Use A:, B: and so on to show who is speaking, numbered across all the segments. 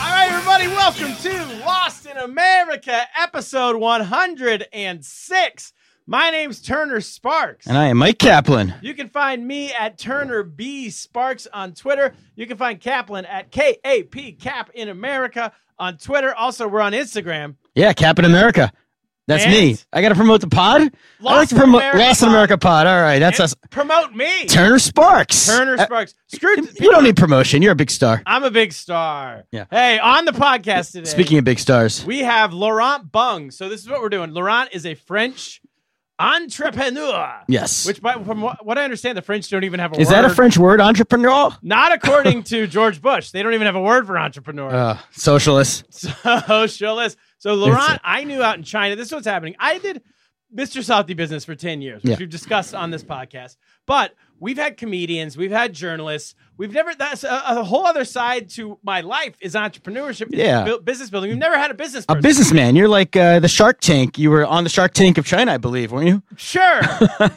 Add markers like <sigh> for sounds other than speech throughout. A: All right, everybody, welcome to Lost in America, episode 106. My name's Turner Sparks.
B: And I am Mike Kaplan.
A: You can find me at Turner B Sparks on Twitter. You can find Kaplan at K A P Cap in America on Twitter. Also, we're on Instagram.
B: Yeah, Cap in America. That's
A: And-
B: me. I got to promote the pod. I like
A: Lost
B: to
A: in
B: promote
A: America
B: Lost in
A: pod.
B: America pod. All right, that's
A: And
B: us.
A: promote me,
B: Turner Sparks.
A: Turner
B: Uh,
A: Sparks. Screw th-
B: you don't need promotion. You're a big star.
A: I'm a big star.
B: Yeah.
A: Hey, on the podcast today.
B: Speaking of big stars,
A: We have Laurent Bung. So this is what we're doing. Laurent is a French entrepreneur.
B: yes.
A: Which, by, from what, what I understand, the French don't even have a
B: is
A: word.
B: that a French word? Entrepreneur.
A: Not according to George Bush. They don't even have a word for entrepreneur.
B: Uh, socialist.
A: Socialist. <laughs> So Laurent,
B: it.
A: I knew out in China. This is what's happening. I did Mr. Softy business for 10 years, which
B: Yeah.
A: we've discussed on this podcast. But we've had comedians, we've had journalists, we've never that's a, a whole other side to my life is entrepreneurship, is
B: Yeah.
A: bu- business building. We've never had a business
B: A
A: person.
B: businessman. You're like uh, the Shark Tank. You were on the Shark Tank of China, I believe, weren't you? <laughs>
A: Sure.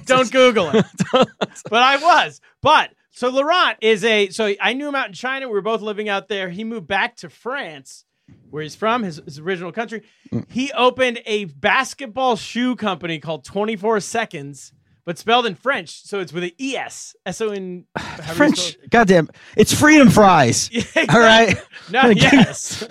A: Don't Google it. but I was. But so Laurent is a so I knew him out in China. We were both living out there. He moved back to France, where he's from, his, his original country.
B: Mm.
A: He opened a basketball shoe company called 24 Seconds, but spelled in French. So it's with an ES. S O N
B: <sighs>
A: how do you spell
B: French.
A: it?
B: Goddamn. It's
A: <laughs>
B: freedom fries. All right.
A: No, yes.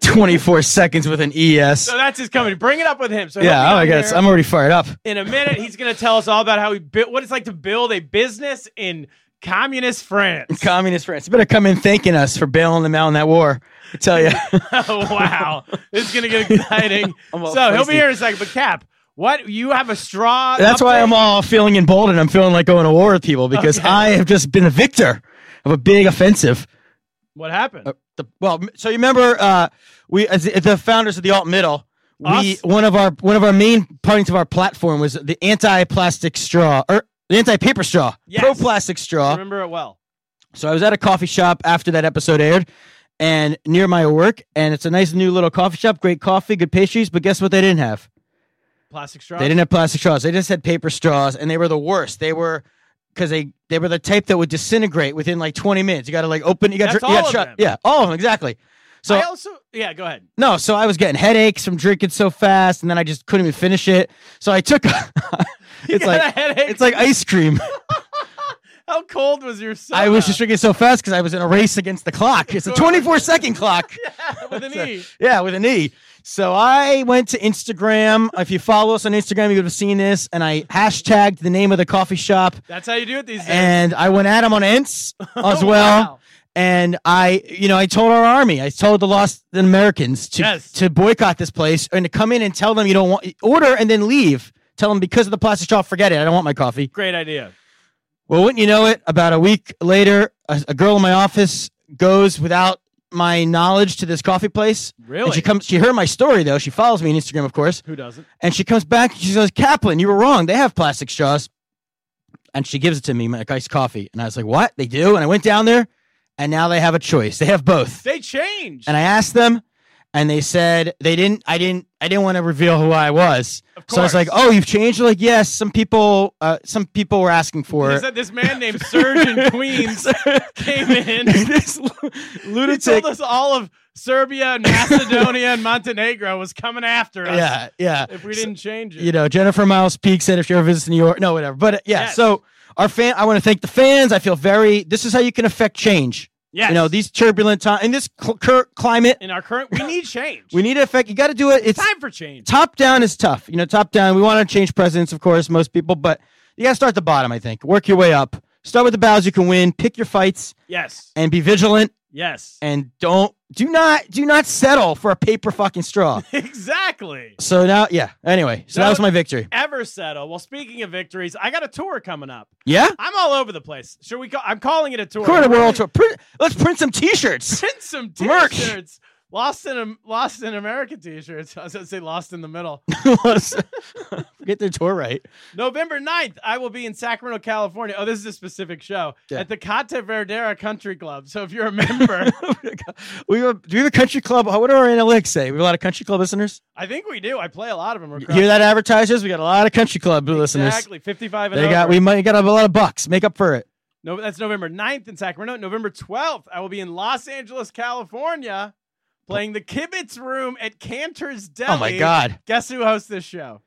B: 24 seconds with an E ES.
A: <laughs> So that's his company. Bring it up with him. So he'll
B: Yeah.
A: be
B: Oh my
A: on
B: God.
A: here.
B: it's- oh I'm already fired up.
A: in a minute he's going to tell us all about how he built what it's like to build a business in communist france
B: Communist France. You better come in thanking us for bailing them out in that war. I
A: <laughs>
B: tell you.
A: oh wow it's going to get exciting
B: <laughs> I'm all
A: so he'll be
B: feisty.
A: here in a second but cap what you have a straw
B: That's why
A: update?
B: I'm all feeling emboldened. I'm feeling like going to war with people because
A: Okay.
B: I have just been a victor of a big offensive.
A: what happened
B: Uh, the- well, m- so you remember uh, we as the the founders of the alt middle. We
A: Us?
B: one of our one of our main points of our platform was the anti-plastic straw or the anti-paper straw,
A: Yes.
B: pro-plastic straw.
A: I remember it well
B: So I was at a coffee shop after that episode aired and near my work and it's a nice new little coffee shop, great coffee, good pastries, but guess what they didn't have?
A: plastic straw
B: They didn't have plastic straws. They just had paper straws and they were the worst. They were because they they were the type that would disintegrate within like 20 minutes. You got to like open you got
A: That's
B: you gotta
A: all of
B: try-
A: them.
B: Yeah, all of them exactly. So
A: i also yeah go ahead
B: no, so I was getting headaches from drinking so fast and then I just couldn't even finish it. So I took
A: You
B: <laughs>
A: <laughs>
B: It's
A: got
B: like
A: a headache.
B: it's like ice cream.
A: how cold was your soda? <laughs>
B: I was just drinking so fast cuz I was in a race against the clock. It's a 24
A: <laughs>
B: second clock.
A: with
B: <laughs>
A: an e
B: Yeah, with an E. So I went to Instagram. If you follow us on Instagram, you would have seen this. And I hashtagged the name of the coffee shop.
A: that's how you do it these days
B: And I went at him on
A: <laughs>
B: Ents
A: Oh,
B: as well.
A: wow.
B: And I, you know, I told our army, I told the lost Americans to
A: Yes.
B: to boycott this place and to come in and tell them you don't want order and then leave. Tell them because of the plastic straw, forget it. I don't want my coffee.
A: great idea
B: Well, wouldn't you know it? About a week later, a, a girl in my office goes without my knowledge to this coffee place
A: really
B: and she comes. She heard my story though. She follows me on Instagram, of course.
A: who doesn't
B: And she comes back. and She says, "Kaplan, you were wrong. They have plastic straws." And she gives it to me, like iced coffee. And I was like, "What? They do?" And I went down there, and now they have a choice. They have both.
A: They changed.
B: And I asked them, and they said they didn't. I didn't. I didn't want to reveal who I was.
A: Of
B: So I was like,
A: course.
B: "Oh, you've changed." They're like, yes, some people. Uh, some people were asking for
A: He
B: it.
A: said <laughs> this man named Serge
B: <laughs>
A: in Queens came in.
B: This
A: <laughs> He
B: lunatic.
A: told us all of Serbia
B: <laughs>
A: and Macedonia and Montenegro was coming after us
B: Yeah, yeah.
A: if we didn't change it.
B: you know, Jennifer Miles Peak said if you ever visit New York, no, whatever. But uh, yeah,
A: Yes.
B: so our fan, I want to thank the fans. I feel very. This is how you can affect change.
A: yes.
B: You know, these turbulent times in this cl- cur- climate,
A: in our current, we need change.
B: we need to affect. You got to do it. It's
A: time for change.
B: top down is tough. You know, top down. We want to change presidents, of course, most people, but you got to start at the bottom. I think. Work your way up. Start with the battles you can win. Pick your fights
A: Yes.
B: and be vigilant.
A: Yes. <laughs>
B: And don't do not do not settle for a paper fucking straw.
A: Exactly.
B: so now, yeah. Anyway, so that
A: No-
B: was my victory.
A: Ever settle. Well, speaking of victories, I got a tour coming up.
B: Yeah.
A: I'm all over the place. Should we call? I'm calling it a tour.
B: Corner
A: We're really-
B: World Tour. Print, let's print some T-shirts. <laughs>
A: Print some
B: Merch.
A: t-shirts. Lost in Am- Lost in America t-shirts. <laughs> I was gonna say Lost in the
B: <laughs>
A: Middle.
B: Get their tour right. <laughs>
A: November 9th, I will be in Sacramento, California. Oh, this is a specific show
B: Yeah.
A: at the Cata Verdera Country Club. So if you're a
B: <laughs>
A: member,
B: we have, do we have a country club? What do our analytics say? We have a lot of country club listeners.
A: I think we do. I play a lot of them.
B: You hear that, advertisers? We got a lot of country club listeners.
A: Exactly. 55 and
B: They got
A: over.
B: we might got a lot of bucks. Make up for it.
A: No, that's November 9th in Sacramento. November 12th, I will be in Los Angeles, California, playing the Kibitz Room at Cantor's Deli.
B: Oh my god.
A: Guess who hosts this show?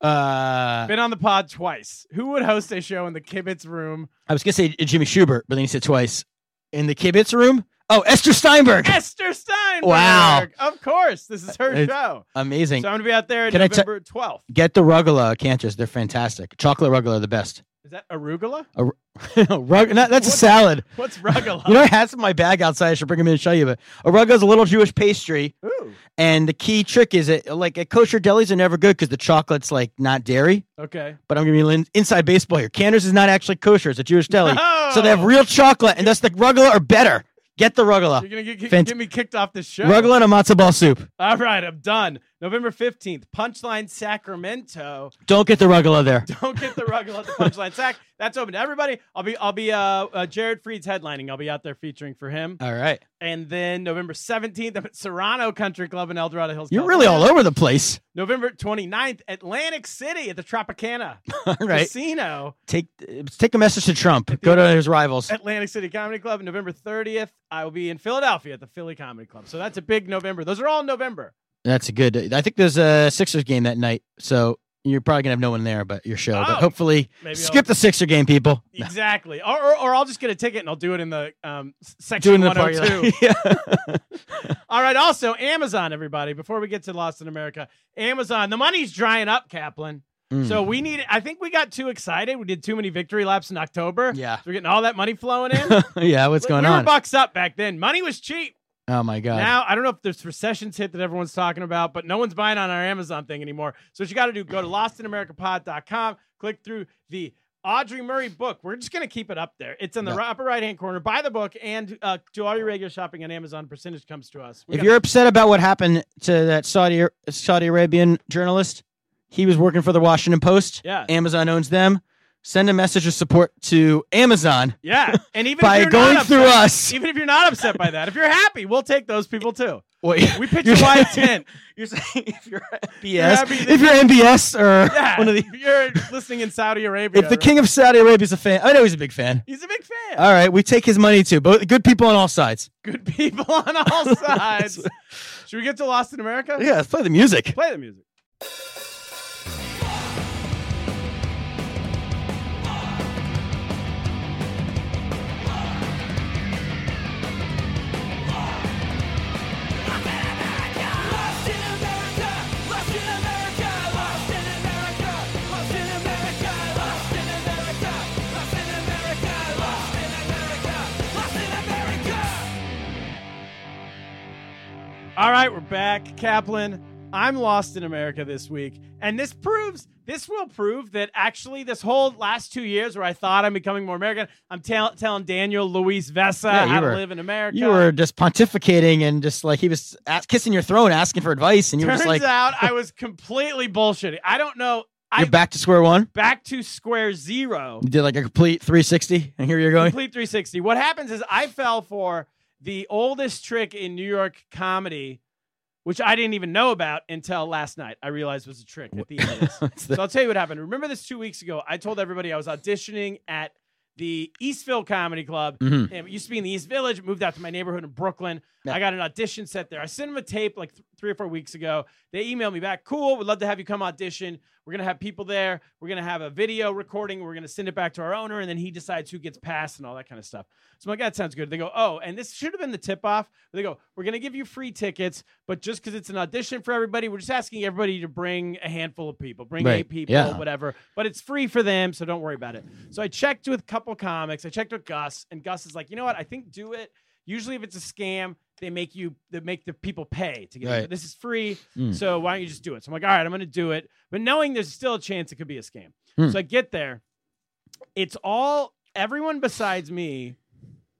B: Uh,
A: Been on the pod twice. Who would host a show in the Kibitz Room?
B: I was gonna say Jimmy Schubert, but then he said twice. In the kibitz room. Oh, Esther Steinberg.
A: Esther Steinberg.
B: Wow.
A: Of course, this is her
B: It's-
A: show.
B: Amazing.
A: So I'm gonna be out there
B: Can I te-
A: November 12th.
B: Get the rugula cantors. They're fantastic. Chocolate rugula, are the best. <laughs>
A: Is that arugula?
B: Rug, no, that's a
A: What?
B: salad.
A: What's rugula?
B: <laughs> You know, I had some in my bag outside. I should bring them in and show you. But a rugula is a little Jewish pastry,
A: Ooh.
B: and the key trick is it like at kosher delis are never good because the chocolate's like not dairy.
A: Okay.
B: But I'm gonna be in- inside baseball here. Canners is not actually kosher; it's a Jewish deli, so they
A: <laughs>
B: have
A: No!
B: real chocolate, and thus the rugula are better. Get the
A: You're
B: rugula,
A: gonna get, get,
B: Fant-
A: get me kicked off this show.
B: rugula and a matzo ball soup.
A: All right, I'm done. November 15th, Punchline Sacramento.
B: Don't get the
A: <laughs>
B: rugula there.
A: Don't get the rug at the Punchline Sac. That's open to everybody. I'll be I'll be uh, uh Jared Freed's headlining. I'll be out there featuring for him.
B: All right,
A: And then November 17th, I'm at Serrano Country Club in El Dorado Hills.
B: you're really all
A: California.
B: over the place.
A: November 29th, Atlantic City at the Tropicana
B: <laughs> All right,
A: Casino.
B: take take a message to Trump. Go to his rivals.
A: Atlantic City Comedy Club. And November 30th, I will be in Philadelphia at the Philly Comedy Club. So that's a big November. Those are all November.
B: That's a good. I think there's a Sixers game that night, so you're probably gonna have no one there but your show.
A: Oh.
B: but hopefully,
A: Maybe
B: skip
A: I'll-
B: the Sixer game, people.
A: Exactly. Or, or, or I'll just get a ticket and I'll do it in the um, s- section
B: Doing the party.
A: 102.
B: yeah. <laughs>
A: All right. Also, Amazon, everybody. Before we get to Lost in America, Amazon, the money's drying up, Kaplan.
B: Mm.
A: So we need. I think we got too excited. We did too many victory laps in October.
B: Yeah.
A: So we're getting all that money flowing in.
B: <laughs> yeah, <laughs> what's going
A: we
B: on?
A: were bucks up back then. Money was cheap.
B: oh my god.
A: Now I don't know if this recession's hit that everyone's talking about, but no one's buying on our Amazon thing anymore. So what you got to do, go to lostinamericapod.com, click through the Audrey Murray book. We're just gonna keep it up there. It's in the
B: Yeah.
A: ri- upper right hand corner. Buy the book and uh, do all your regular shopping on Amazon. Percentage comes to us. We
B: if
A: got-
B: you're upset about what happened to that Saudi Saudi Arabian journalist, he was working for the Washington Post.
A: yeah.
B: Amazon owns them. Send a message of support to Amazon.
A: Yeah, and even
B: By
A: if you're
B: going
A: not
B: through
A: upset-
B: us.
A: even if you're not upset by that, if you're happy, we'll take those people too.
B: Wait, <laughs>
A: We pitch a wide tent.
B: You're saying if you're
A: You're
B: MBS,
A: happy that-
B: if you're MBS or
A: <laughs> Yeah,
B: one of the
A: if you're listening in Saudi Arabia.
B: if the Uh, king of Saudi Arabia is a fan, I know he's a big fan.
A: he's a big fan.
B: All right, we take his money too. Both good people on all sides.
A: Good people on
B: <laughs>
A: all sides. Should we get to Lost in America?
B: Yeah, let's play the music.
A: Play the music. All right, we're back, Kaplan. I'm lost in America this week, and this proves this will prove that actually this whole last two years where I thought I'm becoming more American, I'm tell- telling Daniel Luis Vesa
B: Yeah, you
A: how
B: were-
A: to live in America.
B: You were just pontificating and just like he was a- kissing your throne, asking for advice, and you were
A: Turns
B: just like,
A: out I was completely bullshitting. I don't know I
B: You're back to square one.
A: back to square zero.
B: You did like a complete 360, and here you're going.
A: Complete 360. What happens is I fell for the oldest trick in New York comedy, which I didn't even know about until last night. I realized was a trick at the end of this.
B: <laughs> It's the-
A: So I'll tell you what happened. Remember this two weeks ago? I told everybody I was auditioning at the Eastville Comedy Club.
B: Mhm.
A: And it used to be in the East Village. Moved out to my neighborhood in Brooklyn.
B: Yeah.
A: I got an audition set there. I sent them a tape like th- three or four weeks ago. They emailed me back. Cool. We'd love to have you come audition. We're gonna have people there. We're gonna have a video recording. We're gonna send it back to our owner, and then he decides who gets passed and all that kind of stuff. So I'm like, that sounds good. They go, oh, and this should have been the tip off. They go, we're gonna give you free tickets, but just because it's an audition for everybody, we're just asking everybody to bring a handful of people, bring
B: Right.
A: eight people,
B: Yeah.
A: whatever. But it's free for them, so don't worry about it. So I checked with a couple comics. I checked with Gus, and Gus is like, you know what? I think do it. Usually, if it's a scam, they make you they make the people pay to get it.
B: Right.
A: This is free,
B: Mm.
A: so why don't you just do it? So I'm like, all right, I'm gonna do it, but knowing there's still a chance it could be a scam.
B: Hmm.
A: So I get there. It's all everyone besides me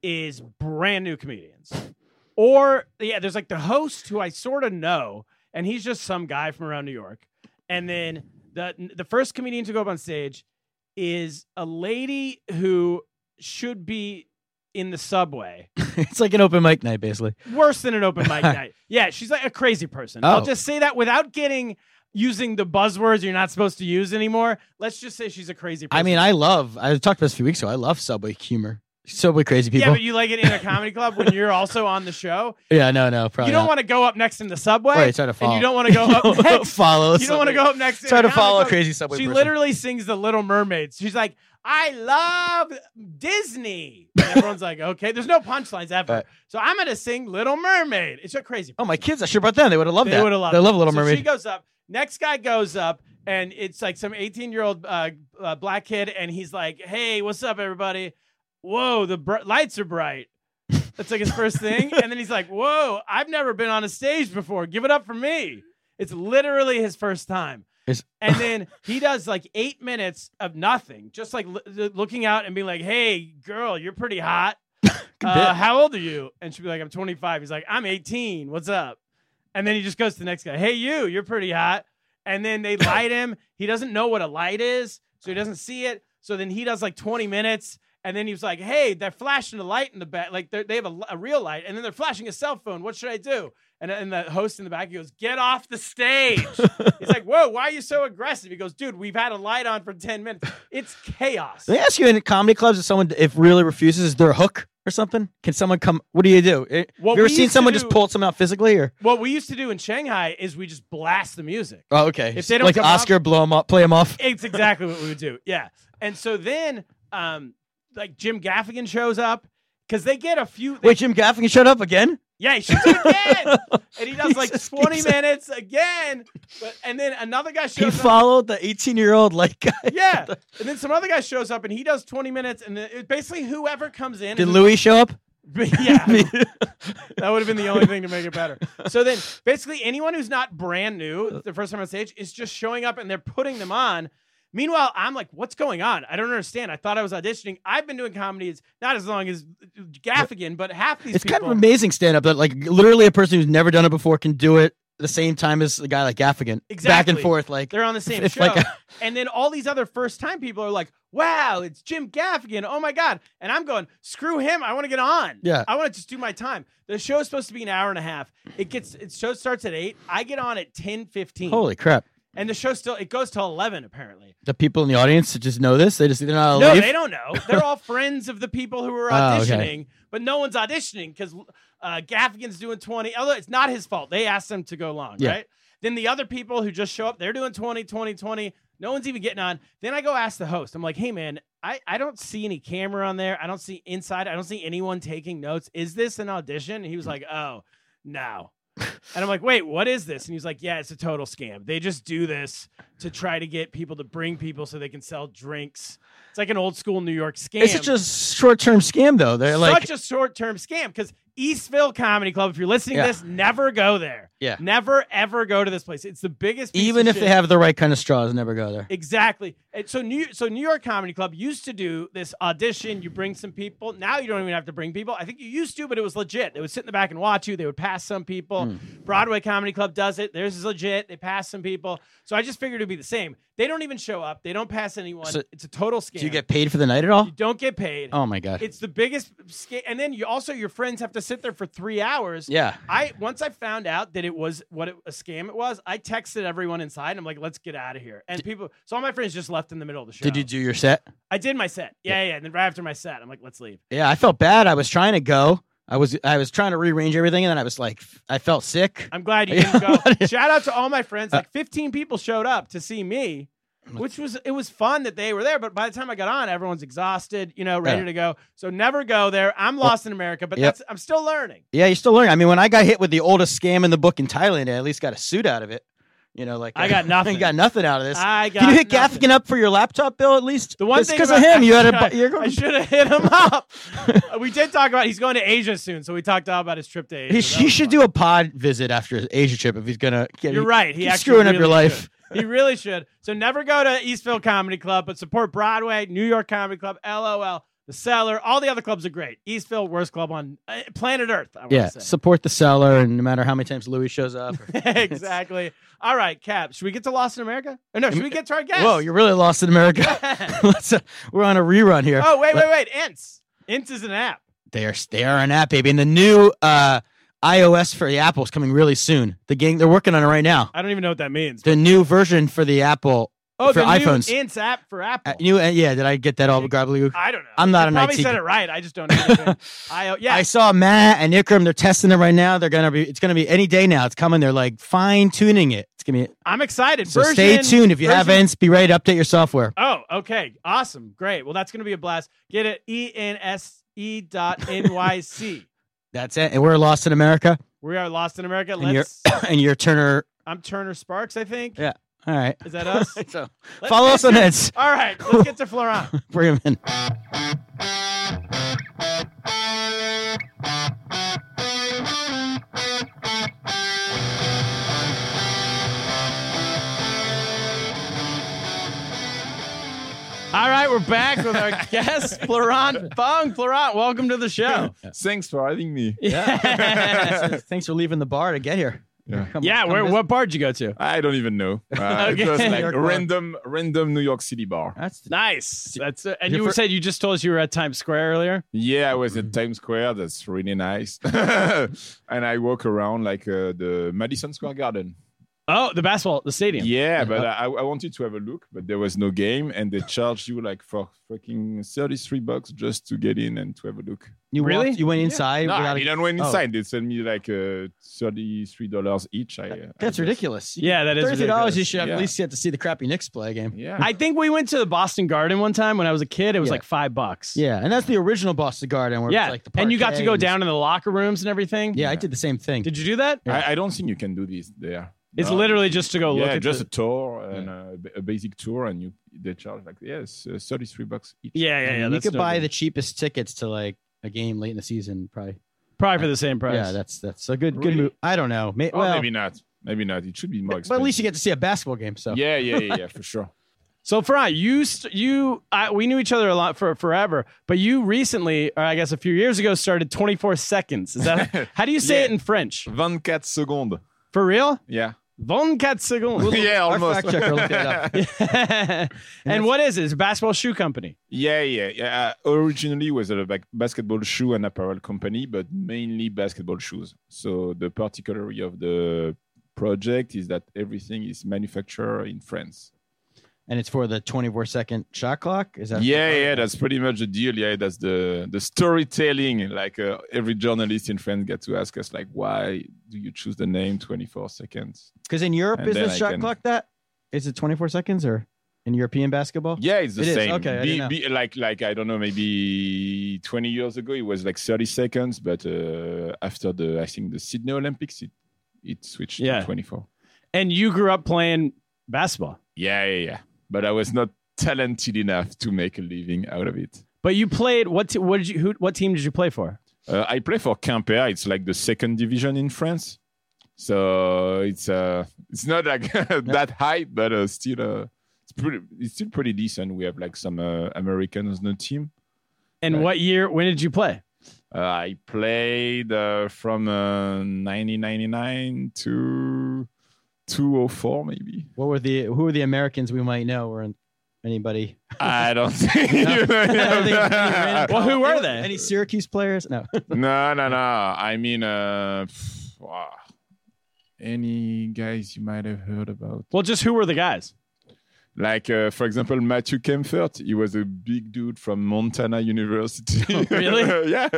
A: is brand new comedians. Or yeah, there's like the host who I sort of know, and he's just some guy from around New York. And then the the first comedian to go up on stage is a lady who should be in the subway.
B: <laughs> it's like an open mic night, basically.
A: Worse than an open
B: <laughs>
A: mic night. Yeah, she's like a crazy person. I'll
B: Oh.
A: just say that without getting using the buzzwords you're not supposed to use anymore. Let's just say she's a crazy person.
B: I mean, I love. I talked about this a few weeks ago. I love subway humor. Subway crazy people.
A: Yeah, but you like
B: <laughs>
A: it in a comedy club when you're also on the show.
B: Oh, Yeah, no, no, probably.
A: you don't
B: not.
A: want to go up next in the subway.
B: Right, try to
A: And
B: <laughs> follow.
A: you don't want to go up next.
B: follow.
A: You don't want to
B: somebody.
A: go up next. in
B: Try
A: a
B: to
A: comedy
B: follow a
A: club.
B: crazy subway.
A: She
B: person.
A: literally sings the Little Mermaids. She's like, I love Disney. And everyone's like, okay. There's no punchlines ever.
B: Right.
A: So I'm gonna sing Little Mermaid. It's a crazy.
B: Oh my kids! I sure brought them. They would have loved
A: They
B: that.
A: would have loved.
B: They
A: it.
B: love Little
A: so
B: Mermaid.
A: She goes up. Next guy goes up, and it's like some 18 year old uh, uh, black kid, and he's like, "Hey, what's up, everybody? Whoa, the br- lights are bright." That's like his first
B: <laughs>
A: thing, and then he's like, "Whoa, I've never been on a stage before. Give it up for me." It's literally his first time.
B: It's- <laughs>
A: And then he does like eight minutes of nothing, just like l- looking out and being like, "Hey, girl, you're pretty
B: <laughs>
A: hot. Uh,
B: bit.
A: how old are you?" And she'd be like, "I'm 25." He's like, "I'm 18. What's up?" And then he just goes to the next guy. Hey, you, you're pretty hot. And then
B: <laughs>
A: they light him. He doesn't know what a light is, so he doesn't see it. So then he does like 20 minutes. And then he was like, hey, they're flashing a light in the back. Like they're- they have a, li- a real light. And then they're flashing a cell phone. What should I do? And, and the host in the back, he goes, get off the
B: <laughs>
A: stage. He's like, whoa, why are you so aggressive? He goes, dude, we've had a light on for 10 minutes. It's chaos.
B: They ask you in comedy clubs if someone if really refuses, is there a hook or something? Can someone come? What do you do? Eh,
A: What
B: have you ever
A: we
B: seen
A: used to
B: someone
A: do-
B: just pull someone out physically or?
A: What we used to do in Shanghai is we just blast the music.
B: Oh, okay.
A: If they don't
B: like
A: come
B: Oscar, blow him up, play him off.
A: It's exactly what we would do. Yeah. And so then, um, like Jim Gaffigan shows up because they get a few. They,
B: Wait, Jim Gaffigan showed up again.
A: yeah, he shoots
B: <laughs>
A: again, and he does
B: He
A: like
B: just
A: twenty
B: keeps-
A: minutes again. But and then another guy
B: He
A: shows up.
B: followed the 18 year old like <laughs> guy.
A: <laughs> Yeah, and then some other guy shows up, and he does twenty minutes, and then it, basically whoever comes in.
B: Did
A: and-
B: Louis show up?
A: <laughs>
B: <laughs>
A: yeah, that would have been the only thing to make it better. So then, basically, anyone who's not brand
B: Uh.
A: new, the first time on stage, is just showing up and they're putting them on. Meanwhile, I'm like, what's going on? I don't understand. I thought I was auditioning. I've been doing comedy it's not as long as Gaffigan, but half these
B: it's
A: people.
B: kind of amazing stand up that like literally a person who's never done it before can do it the same time as a guy like Gaffigan. Back and
A: Exactly.
B: forth like
A: They're on the same
B: If,
A: show.
B: like,
A: and then all these other first time people are like, wow, it's Jim Gaffigan. Oh my God. And I'm going, screw him. I want to get on.
B: Yeah.
A: I want to just do my time. The show's supposed to be an hour and a half. It gets it show starts at eight. I get on at ten fifteen.
B: holy crap.
A: And the show still it goes till eleven apparently.
B: The people in the audience that just know this. They just they're not allowed to
A: No,
B: leave.
A: they don't know. They're all friends of the people who are
B: <laughs> Oh, okay.
A: auditioning, but no one's auditioning because uh, Gaffigan's doing 20. Although it's not his fault. They asked him to go long,
B: Yeah.
A: right? Then the other people who just show up, they're doing 20, 20, 20. No one's even getting on. Then I go ask the host. I'm like, hey, man, I, I don't see any camera on there. I don't see inside. I don't see anyone taking notes. Is this an audition? And he
B: Hmm.
A: was like, oh,
B: <laughs>
A: no. And I'm like, wait, what is this? And he's like, yeah, it's a total scam. They just do this to try to get people to bring people so they can sell drinks. It's like an old school New York scam.
B: It's such a short term scam though. They're like
A: such a short term scam because Eastville Comedy Club, if you're listening
B: Yeah.
A: to this, never go there.
B: Yeah.
A: Never, ever go to this place. It's the biggest piece
B: even
A: of
B: if they
A: shit.
B: have the right kind of straws, never go there.
A: Exactly. And so New so New York Comedy Club used to do this audition. You bring some people.
B: Hmm.
A: Now you don't even have to bring people. I think you used to, but it was legit. They would sit in the back and watch you. They would pass some people, Broadway Comedy Club does it. Theirs is legit. They pass some people. So I just figured it'd be the same. They don't even show up. They don't pass anyone.
B: So-
A: it's a total scam.
B: Do you get paid for the night at all?
A: You don't get paid.
B: Oh my god.
A: It's the biggest scam. And then you also your friends have to sit there for three hours.
B: Yeah.
A: I once I found out that it was what it, a scam it was. I texted everyone inside. I'm like, let's get out of here. And people, so all my friends just left in the middle of the show.
B: Did you do your set?
A: I did my set. Yeah, yeah. And then right after my set, I'm like, let's leave.
B: Yeah, I felt bad. I was trying to go. I was I was trying to rearrange everything, and then I was like, I felt sick.
A: I'm glad
B: <laughs>
A: you
B: Yeah,
A: didn't go.
B: what-
A: Shout out to all my
B: Uh
A: friends. Like 15 people showed up to see me, which was it was fun that they were there. But by the time I got on, everyone's exhausted, you know, ready
B: Yeah.
A: to go. So never go there. I'm lost in America, but
B: Yep.
A: that's I'm still learning.
B: Yeah, you're still learning. I mean, when I got hit with the oldest scam in the book in Thailand, I at least got a suit out of it. You know, like
A: I
B: <laughs>
A: got nothing.
B: got nothing out of this.
A: I got
B: Can you hit
A: nothing.
B: Gaffigan up for your laptop bill at least?
A: The one
B: It's
A: thing
B: because of
A: about-
B: him,
A: <laughs>
B: you had
A: I-
B: a. bu- You're
A: I
B: going.
A: should have hit him <laughs> up. we did talk about he's going to Asia soon, so we talked all about his trip to Asia.
B: <laughs> He,
A: That
B: he
A: was
B: should
A: fun.
B: do a pod visit after his Asia trip if he's gonna. Get,
A: You're right. He
B: keep
A: actually
B: screwing up your
A: really
B: life.
A: should. He really should. So never go to Eastville Comedy Club, but support Broadway, New York Comedy Club, LOL, The Cellar. All the other clubs are great. Eastville, worst club on uh, planet Earth. I wanna
B: Yeah,
A: say.
B: support the seller, and no matter how many times Louis shows up. or-
A: <laughs> exactly. All right, Cap. Should we get to Lost in America? Or no, should we get to our guest?
B: Whoa, you're really lost
A: <laughs>
B: in America. <laughs> Let's, uh, we're on a rerun here.
A: oh wait, wait, wait. Ints. Ints is an app.
B: They are they are an app, baby. And the new uh, iOS for the Apple is coming really soon. The gang they're working on it right now.
A: I don't even know what that means.
B: The new version for the Apple
A: Oh,
B: for
A: the
B: iPhones.
A: new Ints app for Apple.
B: Uh, you uh, yeah, did I get that all gobbledygook?
A: I don't know.
B: I'm not
A: You
B: an
A: probably
B: IT
A: said it right. I just don't know.
B: <laughs>
A: anything. I yeah.
B: I saw Matt and Ikram. They're testing it right now. They're gonna be. It's gonna be any day now. It's coming. They're like fine tuning it. It's gonna be.
A: I'm excited.
B: So
A: Version-
B: stay tuned. If you
A: version-
B: haven't, be ready to update your software.
A: Oh, okay. Awesome. Great. Well, that's going to be a blast. Get it. E E-N-S-E E dot
B: <laughs>
A: N-Y-C.
B: That's it. And we're lost in America.
A: we are Lost in America.
B: And you're
A: Let's,
B: <coughs> and you're Turner.
A: I'm Turner Sparks, I think.
B: Yeah. All right.
A: Is that
B: <laughs>
A: us?
B: so
A: Let-
B: follow us on
A: let's
B: Eds.
A: get- All right. Let's get to
B: <laughs>
A: Florent.
B: Bring him in.
A: All right. We're back with <laughs> our guest, Florent Fung. Florent, welcome to the show.
C: Thanks for having me.
A: Yeah.
B: <laughs> Thanks for leaving the bar to get here.
C: Yeah.
B: Come-
A: yeah.
B: come
A: Where,
B: visit.
A: what bar did you go to?
C: I don't
B: <laughs>
C: even know. Uh,
A: Okay.
C: It was
A: New
C: like
B: York bar.
C: random, random New York City bar.
B: That's
A: Nice. That's uh, and
B: Your
A: you
B: fir-
A: said you just told us you were at Times Square earlier.
C: Yeah, I was
B: Mm-hmm.
C: at Times Square. That's really nice. <laughs> and I walk around like uh, the Madison Square Garden.
A: Oh, the basketball, the stadium.
C: Yeah, but
B: Uh-huh.
C: I, I wanted to have a look, but there was no game, and they charged you like for fucking thirty-three bucks just to get in and to have a look.
B: you
A: Really?
B: Walked, you went inside.
C: No,
B: without
C: I
B: a-
C: didn't went
B: oh.
C: inside. They sent me like uh, thirty-three dollars each. I, I
B: That's
C: just-
B: ridiculous.
A: Yeah, that is
B: thirty dollars.
A: <laughs>
B: You
A: ridiculous.
B: should have
C: Yeah.
B: at least get to see the crappy Knicks play a game.
C: Yeah,
A: I think we went to the Boston Garden one time when I was a kid. It was
B: Yeah.
A: like five bucks.
B: Yeah, and that's the original Boston Garden where it's like the
A: and you got to
B: parquet
A: go
B: and-
A: down in the locker rooms and everything.
B: Yeah, I did the same thing.
A: Did you do that?
C: I, I don't think you can do this there.
A: It's
C: No.
A: literally just to
B: Oh,
A: go look
C: yeah,
A: at
C: just
A: the-
C: a tour and uh, b- a, basic tour, and you they charge like yes, uh, thirty-three bucks each.
A: yeah, yeah, yeah.
B: you
A: that's
B: could
A: no
B: buy
A: good.
B: the cheapest tickets to like a game late in the season, probably.
C: Mm-hmm.
A: probably for the same price.
B: Yeah, that's that's a good good
C: Really?
B: move. I don't know. May,
C: Oh,
B: well,
C: maybe not. Maybe not. It should be more
B: but
C: expensive.
B: at least you get to see a basketball game. So
C: Yeah, yeah, yeah, yeah, for <laughs> sure.
A: so Fry, you st- you I, we knew each other a lot for forever, but you recently, or I guess a few years ago, started 24 seconds. Is
C: <laughs>
A: that how do you say
C: Yeah.
A: it in French?
C: 24 secondes.
A: For real?
C: Yeah.
A: 24 secondes.
C: <laughs> yeah,
B: our
C: almost.
B: fact checker looked it
C: <laughs>
A: <laughs>
B: up.
A: and what is it? It's a basketball shoe company.
C: Yeah, yeah, yeah. Uh, originally was a like, basketball shoe and apparel company, but mainly basketball shoes. So the particularity of the project is that everything is manufactured in France.
B: and it's for the twenty-four second shot clock. Is that
C: Yeah, yeah, that's pretty much the deal. Yeah, that's the the storytelling. Like uh, every journalist in France get to ask us, like, why do you choose the name 24 seconds?
B: Because in Europe,
C: And
B: is
C: then
B: the
C: I
B: shot
C: can-
B: clock that? Is it 24 seconds or in European basketball?
C: Yeah, it's the
B: It is,
C: same.
B: okay, I
C: Be-
B: didn't know.
C: be- like, like I don't know, maybe 20 years ago it was like 30 seconds, but uh, after the I think the Sydney Olympics, it it switched
A: Yeah.
C: to 24.
A: And you grew up playing basketball,
C: Yeah, yeah, yeah. But I was not talented enough to make a living out of it.
A: but you played what? T- what did you? Who? What team did you play for?
C: Uh, I play for Quimper. It's like the second division in France. So it's uh it's not like <laughs> that high, but uh, still uh, it's pretty it's still pretty decent. We have like some uh, Americans on the team.
A: And
C: Right.
A: what year? When did you play?
C: Uh, I played uh, from uh, 1999 to 204, <laughs> maybe.
B: What were the who are the Americans we might know or anybody?
C: <laughs> I don't think.
A: Well, who were they?
B: Any Syracuse players? No. <laughs>
C: no, no, no. I mean, uh, pff, wow. any guys you might have heard about.
A: Well, just who were the guys?
C: Like, uh, for example, Matthew Kempfert. He was a big dude from Montana University.
A: really?
C: <laughs> yeah.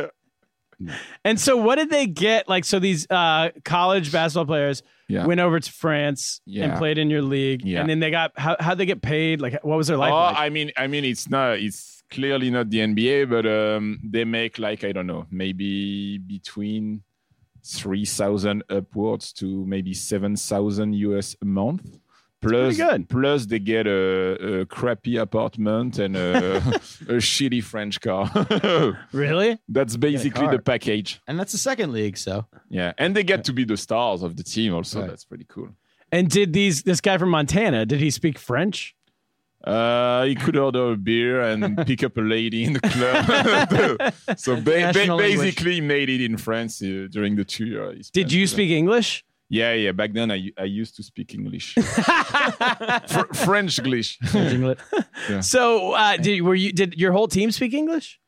A: And so, what did they get? Like, so these uh, college basketball players
C: Yeah.
A: went over to France and
C: Yeah.
A: played in your league,
C: Yeah.
A: and then they got how how they get paid? Like, what was their life?
C: oh,
A: like?
C: I mean, I mean, it's not. It's clearly not the NBA, but um, they make like I don't know, maybe between three thousand upwards to maybe seven thousand US a month. Plus,
A: good.
C: plus they get a, a crappy apartment and a, <laughs> a shitty French car. <laughs>
A: really?
C: That's basically
B: car.
C: the package.
B: And that's the second league, so
C: Yeah, and they get to be the stars of the team. Also,
B: Right.
C: that's pretty cool.
A: And did these this guy from Montana? Did he speak French?
C: Uh, he could order a beer and pick up a lady in the club. <laughs> so ba- ba-
B: National language.
C: basically, he made it in France uh, during the two years.
A: Did you speak English?
C: Yeah, yeah. Back then, I, I used to
A: <laughs>
C: speak English, Fr- French English.
B: England.
A: So, uh, did were you did your whole team speak English?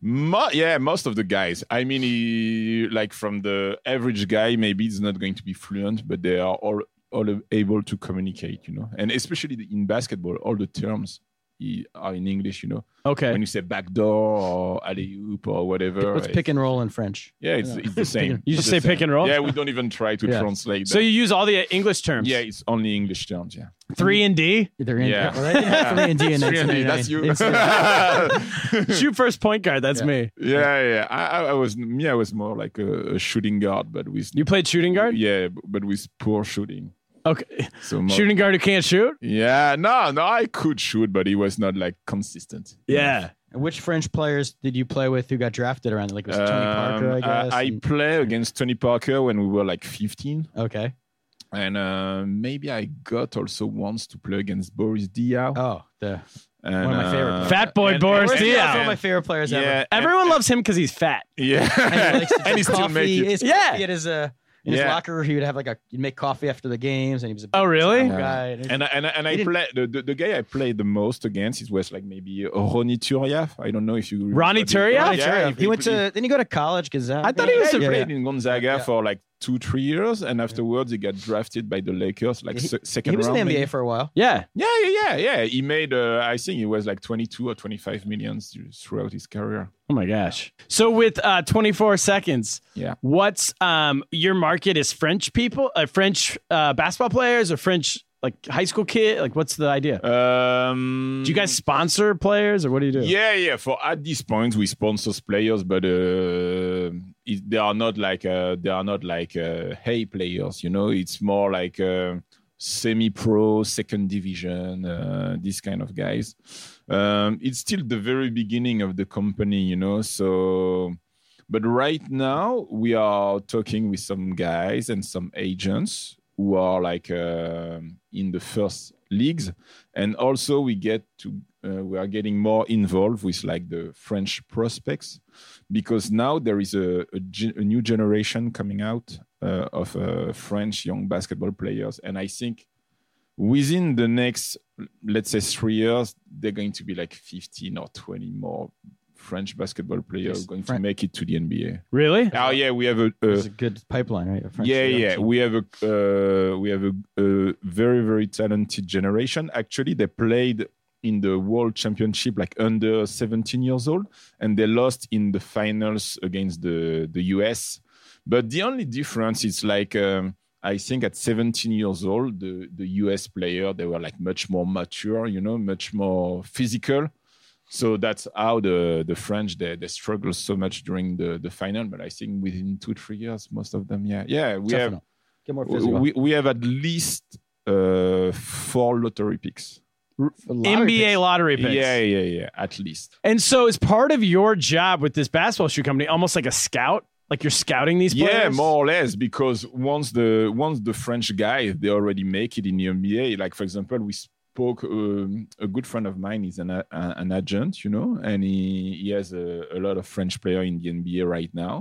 C: Mo- yeah, most of the guys. I mean, he, like from the average guy, maybe it's not going to be fluent, but they are all all able to communicate, you know. And especially the- in basketball, all the terms i- are in English, you know.
A: Okay.
C: When you say backdoor or alley oop or whatever,
B: What's
C: it's-
B: pick and roll in French?
C: Yeah, it's, it's the same.
A: You
C: It's
A: just
C: the
A: say pick
C: same.
A: and roll?
C: Yeah, we don't even try to
B: Yeah.
C: translate.
A: so
C: that.
A: you use all the English terms.
C: yeah, it's only English terms. Yeah,
A: Three and
C: <laughs>
A: D.
B: They're in
C: Yeah.
B: well, they didn't have three and D <laughs> in
C: Three and D, that's you.
B: 1999.
A: Shoot first point guard. That's me.
C: <laughs> yeah, yeah. I, I- I was, yeah, I was more like a, a shooting guard, but with
A: You played shooting guard.
C: yeah, b- but with poor shooting.
A: Okay.
C: So more,
A: Shooting guard who can't shoot.
C: Yeah, no, no, I could shoot, but it was not like consistent.
A: Yeah.
B: Which French players did you play with who got drafted around? Like it was Tony Parker, uh, I
C: Um,
B: guess.
C: I,
B: and-
C: play against Tony Parker when we were like 15,
B: okay.
C: and uh, maybe I got also once to play against Boris Diaw.
B: Oh, the
C: and,
B: one of my favorite
C: uh,
B: players.
A: Fat boy
C: and-
A: Boris
C: and-
A: Diaw.
B: That's one
C: and-
B: of my favorite players ever.
C: Yeah, and-
A: Everyone loves him because he's fat.
B: <laughs> and he
C: <laughs> Yeah, <laughs>
B: likes to
C: and he
B: drink
C: still make
B: coffee.
C: it.
B: His
A: Yeah.
B: coffee at his uh, in his
C: Yeah.
B: locker, he would have like a he'd make coffee after the games, and he was a
A: Oh, really?
B: big guy. And
C: And I, and I, and
B: He
C: I
B: didn't-
C: play the, the the guy I played the most against. It was like maybe Ronny Turiaf. I don't know if you remember
A: Ronny
C: him.
A: Turiaf?
B: Ronnie
C: Yeah,
B: Chera, he went
C: played-
B: to. Then he go to college because
C: I thought he was
B: yeah,
C: played
B: yeah.
C: in Gonzaga
B: Yeah.
C: for like two three years, and afterwards he got drafted by the Lakers like
B: He-
C: se- second
B: He was in
C: round.
B: the NBA
C: maybe.
B: for a while.
A: Yeah.
C: Yeah, yeah, yeah, yeah. He made uh, I think it was like twenty two or twenty five millions throughout his career.
A: Oh my gosh. So with uh, 24 seconds,
C: Yeah.
A: what's um your market is French people, uh, French uh, basketball players, or French like high school kid? Like, what's the idea?
C: Um,
A: do you guys sponsor players, or what do you do?
C: Yeah, yeah. For at this point, we sponsors players, but uh, it, they are not like uh, they are not like uh, hey players. You know, it's more like uh, semi-pro, second division, uh, these kind of guys. Um, it's still the very beginning of the company, you know. So, but right now we are talking with some guys and some agents who are like um in the first leagues and also we get to uh, we are getting more involved with like the french prospects because now there is a, a gen- a new generation coming out uh, of uh, french young basketball players and i think within the next let's say three years they're going to be like 15 or 20 more french basketball players
B: Yes,
C: going
B: Fran-
C: to make it to the nba
A: Really?
C: oh yeah we have a, a
B: It's a good pipeline, right? of French
C: yeah,
B: young
C: yeah,
B: team.
C: we have a uh, we have a, a very very talented generation. Actually, they played in the World Championship like under 17 years old, and they lost in the finals against the the US. But the only difference is like um, I think at 17 years old, the the US player they were like much more mature, you know, much more physical. So that's how the, the French they, they struggle so much during the, the final. But I think within two three years, most of them, yeah, yeah, we
B: Toughen
C: have
B: up. Get more physical.
C: we, we have at least uh, four lottery picks.
A: NBA lottery picks.
C: Yeah, yeah, yeah, at least.
A: And so, is part of your job with this basketball shoe company almost like a scout? Like you're scouting these players?
C: Yeah, more or less, because once the once the French guys they already make it in the NBA. Like for example, we s- spoke. Um, a good friend of mine is an a, an agent, you know, and he he has a, a lot of French player in the NBA right now.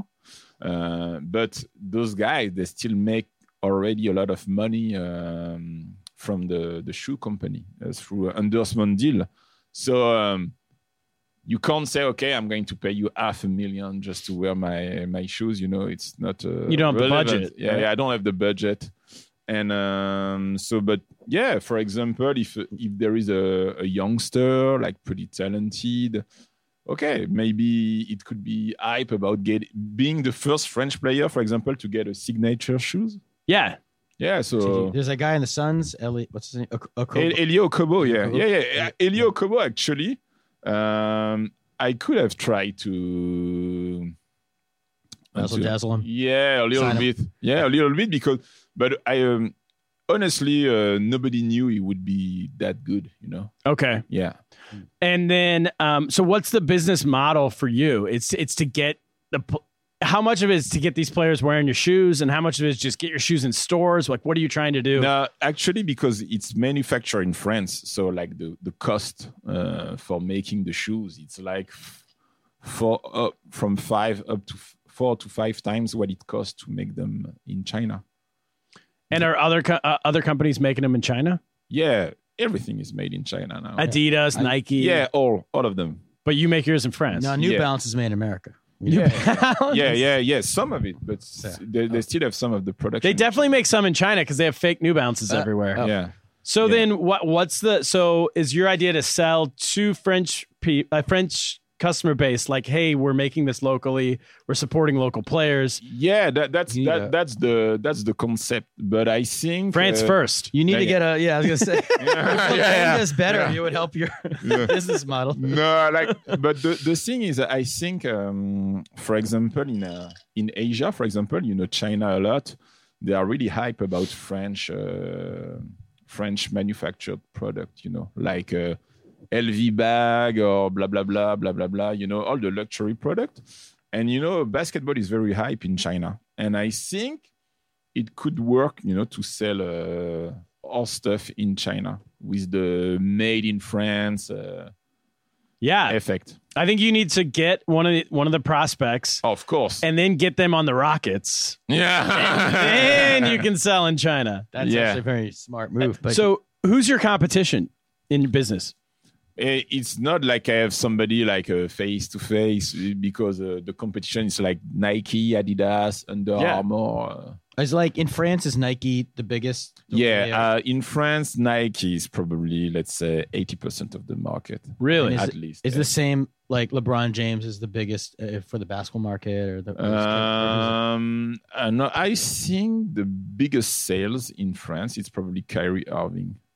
C: Uh, but those guys, they still make already a lot of money um, from the the shoe company uh, through endorsement deal. So. Um, you can't say, okay, I'm going to pay you half a million just to wear my my shoes. You know, it's not. Uh,
D: You don't have the budget,
C: Yeah,
D: right?
C: yeah, I don't have the budget, and um, so, but yeah, for example, if if there is a, a youngster like pretty talented, okay, maybe it could be hype about get, being the first French player, for example, to get a signature shoes.
D: Yeah.
C: Yeah, so
B: There's a guy in the Suns, Elliot. What's his name? Ak- Akobo.
C: El- Elio Kobo, yeah,
B: Kobo.
C: yeah, yeah. Elio Kobo, actually, um, I could have tried to
B: Razzle
C: to-
B: dazzle him.
C: Yeah, a little
B: Sign him.
C: bit. Yeah, a little bit because, but I um, honestly, uh, nobody knew he would be that good. You know?
D: Okay.
C: Yeah.
D: And then, um, so what's the business model for you? It's it's to get the pl- how much of it is to get these players wearing your shoes, and how much of it is just get your shoes in stores? Like, what are you trying to do?
C: No, actually, because it's manufactured in France, so like the the cost uh, for making the shoes, it's like f- four up from five up to f- four to five times what it costs to make them in China.
D: And are other co- uh, other companies making them in China?
C: Yeah, everything is made in China now.
D: Adidas, Nike.
C: yeah, all all of them.
D: But you make yours in France.
B: No, New
C: Yeah.
B: Balance is made in America. <laughs>
D: Oh,
C: Yeah, yeah, yeah. Some of it, but s- they, they still have some of the production.
D: They definitely make some in China because they have fake New Balances
B: Uh,
D: everywhere.
B: oh,
C: Yeah.
D: So then, what what's the so is your idea to sell to French pe- uh, French customer base? Like, hey, we're making this locally. We're supporting local players.
C: Yeah, that, that's
B: Yeah.
C: that that's the that's the concept. But I think
D: France
C: uh,
D: first.
B: You need
C: Yeah,
B: to get a yeah. I was gonna say,
C: <laughs> Yeah,
B: if
C: yeah.
B: this better, it would help
C: <laughs>
B: your <laughs> business model.
C: no like but the, the thing is i think um for example in uh, in asia for example you know china a lot they are really hype about french uh, french manufactured product you know like uh, lv bag or blah blah blah blah blah blah you know all the luxury product and you know basketball is very hype in china and i think it could work, you know, to sell uh, all stuff in China with the made in France uh,
D: Yeah,
C: effect.
D: I think you need to get one of the, one of the prospects
C: Of course.
D: and then get them on the <laughs> Rockets.
C: <laughs> yeah.
D: Then you can sell in China.
B: That's
C: Yeah.
B: actually a very
C: Uh,
B: smart move. But
D: So who's your competition in your business?
C: <laughs> Eh, it's not like I have somebody like uh, face to face because uh, the competition is like Nike, Adidas, Under
D: Yeah.
C: Armour. uh,
B: it's like in France, is Nike the biggest?
C: yeah. Uh, in France, Nike is probably, let's say, 80% of the market.
D: Really?
B: And
C: At
B: it-
C: least.
B: Is
C: yeah.
B: the same like LeBron James is the biggest uh, for the basketball market or the? or is- or is
C: Um, uh, no, I think the biggest sales in France it's probably Kyrie Irving.
B: it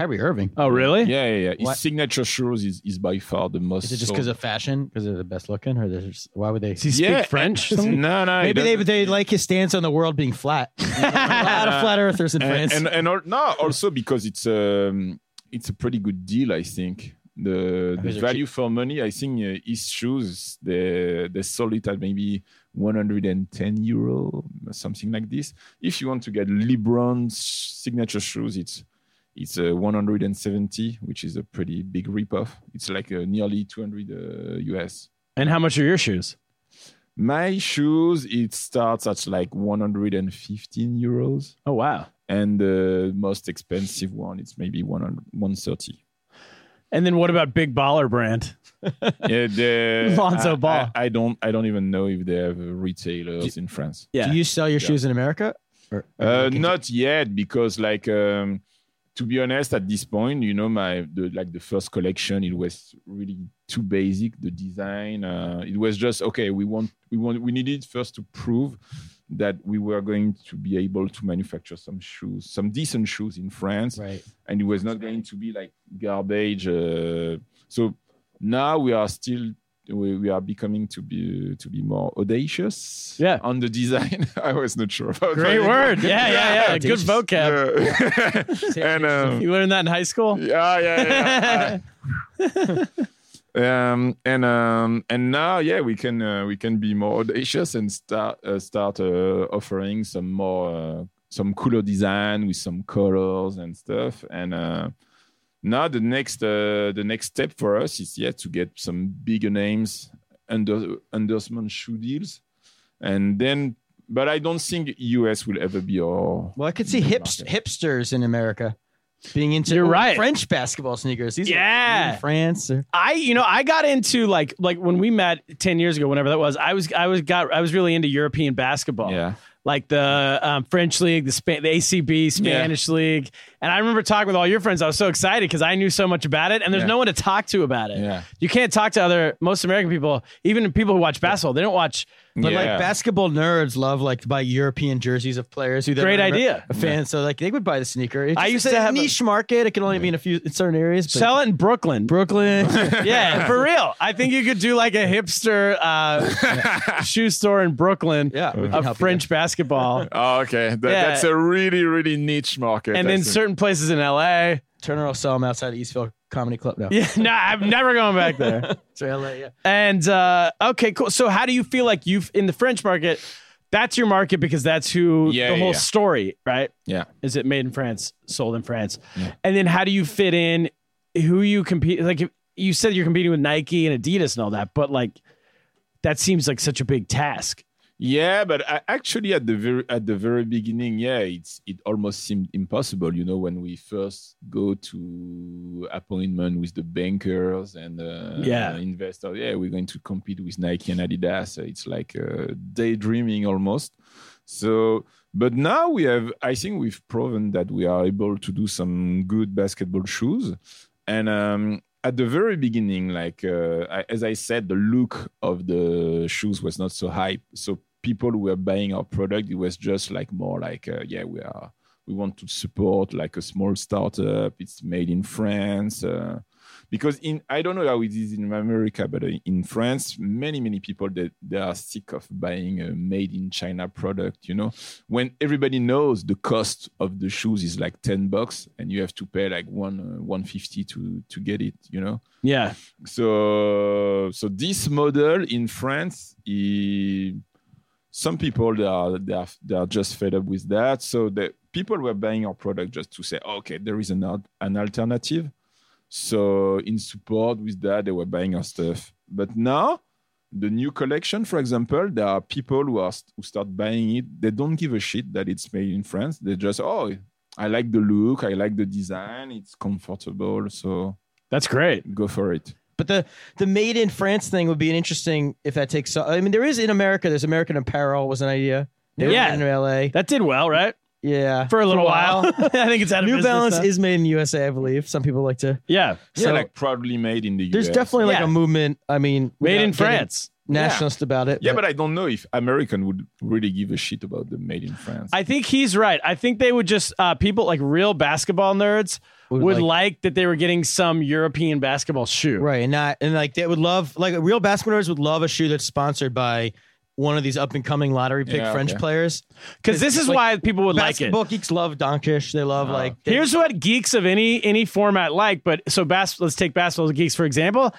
B: Kyrie Irving.
D: Oh, really?
C: Yeah, yeah, yeah. His
B: What?
C: signature shoes is, is by far the most.
B: Is it just
C: sold.
B: because of fashion? Because they're the best looking, or there's why would they?
D: Does he
C: Yeah.
D: speak
C: <laughs>
B: <laughs>
D: French?
C: No, no. he
B: Maybe they
C: doesn't.
B: they like his stance on the world being
A: <laughs>
B: flat. <laughs> a lot
C: <laughs>
B: of flat earthers in
C: and
B: France.
C: and, and al- no, also because it's um it's a pretty good deal, I think. The the
B: These are
C: value for money, I think uh, his shoes they they sold it at maybe 110 euro, something like this. If you want to get LeBron's signature shoes, it's it's uh, 170, which is a pretty big ripoff. It's like uh, nearly 200 uh, US.
D: And how much are your shoes?
C: My shoes, it starts at like 115 euros
D: Oh, wow.
C: and the most expensive one it's maybe 100, 130
D: And then what about Big Baller Brand?
C: yeah the
D: Lonzo
C: I-
D: Ball.
C: I, I don't i don't even know if they have uh, retailers in france
D: Yeah.
B: Do you sell your shoes in America? Or,
C: uh, not yet because like um to be honest at this point you know my the, like the first collection it was really too basic the design uh, it was just okay we want we want we needed first to prove that we were going to be able to manufacture some shoes some decent shoes in france
B: right.
C: and it was not going to be like garbage. Uh, so now we are still we, we are becoming to be to be more audacious.
D: Yeah.
C: on the design, <laughs> I was not sure. About
D: Great word. Yeah, yeah,
C: <laughs>
D: yeah. Good
B: Audacious.
D: vocab.
C: Yeah.
D: <laughs>
C: <laughs> and um,
D: You learned that in high school?
C: yeah, yeah, yeah. I- <laughs> um, and um, and now, yeah, we can uh, we can be more audacious and start uh, start uh, offering some more uh, some cooler design with some colors and stuff. And uh, Now the next uh, the next step for us is yeah to get some bigger names under endorsement shoe deals, and then. But I don't think US will ever be our.
B: Well, I could see hips, hipsters in America being into
A: You're right.
B: French basketball sneakers. These are
A: Yeah.
B: made in France or
A: I, you know, I got into like like when we met ten years ago, whenever that was. I was I was got I was really into European basketball.
C: Yeah.
A: like the um, French league, the Spa- the ACB, Spanish league. And I remember talking with all your friends. I was so excited because I knew so much about it, and there's
C: Yeah.
A: no one to talk to about it.
C: Yeah.
A: You can't talk to other most American people, even people who watch basketball. They don't watch.
B: But
C: Yeah.
B: like basketball nerds love like to buy European jerseys of players who they're
A: Great
B: not
A: idea.
B: a fan. So like they would buy the sneaker. It's
A: I
B: just-
A: used
B: it's
A: to
B: a
A: have a-
B: niche market. It can only be in a few in certain areas. But
A: Sell it in Brooklyn.
B: Brooklyn.
A: <laughs> yeah, for real. I think you could do like a hipster uh, shoe store in Brooklyn.
B: Yeah, we can help you
A: of French basketball,
C: Oh, okay. That,
A: Yeah.
C: That's a really, really niche market.
A: and
C: I
A: then
C: think.
A: certain places in LA.
B: Turner will sell them outside of Eastville Comedy Club. No,
A: <laughs> Yeah, no, I'm never going back there.
B: Sorry, LA, yeah.
A: And uh, okay, cool. So how do you feel like you've in the French market? That's your market because that's who
C: Yeah,
A: the
C: yeah,
A: whole
C: yeah.
A: story, right?
C: Yeah.
A: Is it made in France, sold in France? And then how do you fit in? Who you compete? Like if, you said, you're competing with Nike and Adidas and all that, but like that seems like such a big task.
C: Yeah, but I, actually, at the very at the very beginning, yeah, it's it almost seemed impossible. You know, when we first go to appointment with the bankers and uh,
A: Yeah.
C: investors, yeah, we're going to compete with Nike and Adidas. So It's like uh, daydreaming almost. So, but now we have, I think we've proven that we are able to do some good basketball shoes. And um, at the very beginning, like uh, I, as I said, the look of the shoes was not so hype. So people who were buying our product, it was just like more like, uh, yeah, we are, we want to support like a small startup. It's made in France. Uh, because in I don't know how it is in America, but uh, in France, many many people that they, are sick of buying a made in China product. You know, when everybody knows the cost of the shoes is like ten bucks, and you have to pay like one uh, one fifty to to get it. You know,
A: Yeah,
C: so so this model in France, i- some people they are, they are they are just fed up with that. So the people were buying our product just to say, "Oh, okay, there is an al- an alternative. So in support with that, they were buying our stuff. But now, the new collection, for example, there are people who are st- who start buying it. They don't give a shit that it's made in France. They just oh. I like the look. I like the design. It's comfortable, so
A: that's great.
C: go for it.
B: But the the made in France thing would be an interesting if that takes. so- I mean, there is in America. There's American Apparel was an idea. They were
A: Yeah.
B: made in LA.
A: That did well, right?
B: Yeah,
A: For a little
B: <laughs>
A: while. <laughs> I think it's out of
B: New
A: business
B: Balance
A: now.
B: is made in USA, I believe. Some people like to.
A: yeah,
C: Yeah,
B: So-
C: like proudly made in the US.
B: There's definitely like
A: Yeah.
B: a movement. I mean,
A: made
B: without
A: in
B: getting
A: France.
B: Nationalist about it.
C: Yeah, but I don't know if American would really give a shit about the made in France.
A: I think he's right. I think they would just uh, people like real basketball nerds would,
B: Would
A: like,
B: like-
A: that they were getting some European basketball shoe.
B: Right, and not and like they would love like real basketballers would love a shoe that's sponsored by one of these up and coming lottery pick
C: Yeah,
B: French
C: okay.
B: players.
A: Because this is
B: Like,
A: why people would like it. Uh,
B: Basketball geeks love Donkish. They love like they-
A: Here's what geeks of any any format like, but so bas- let's take basketball geeks for example.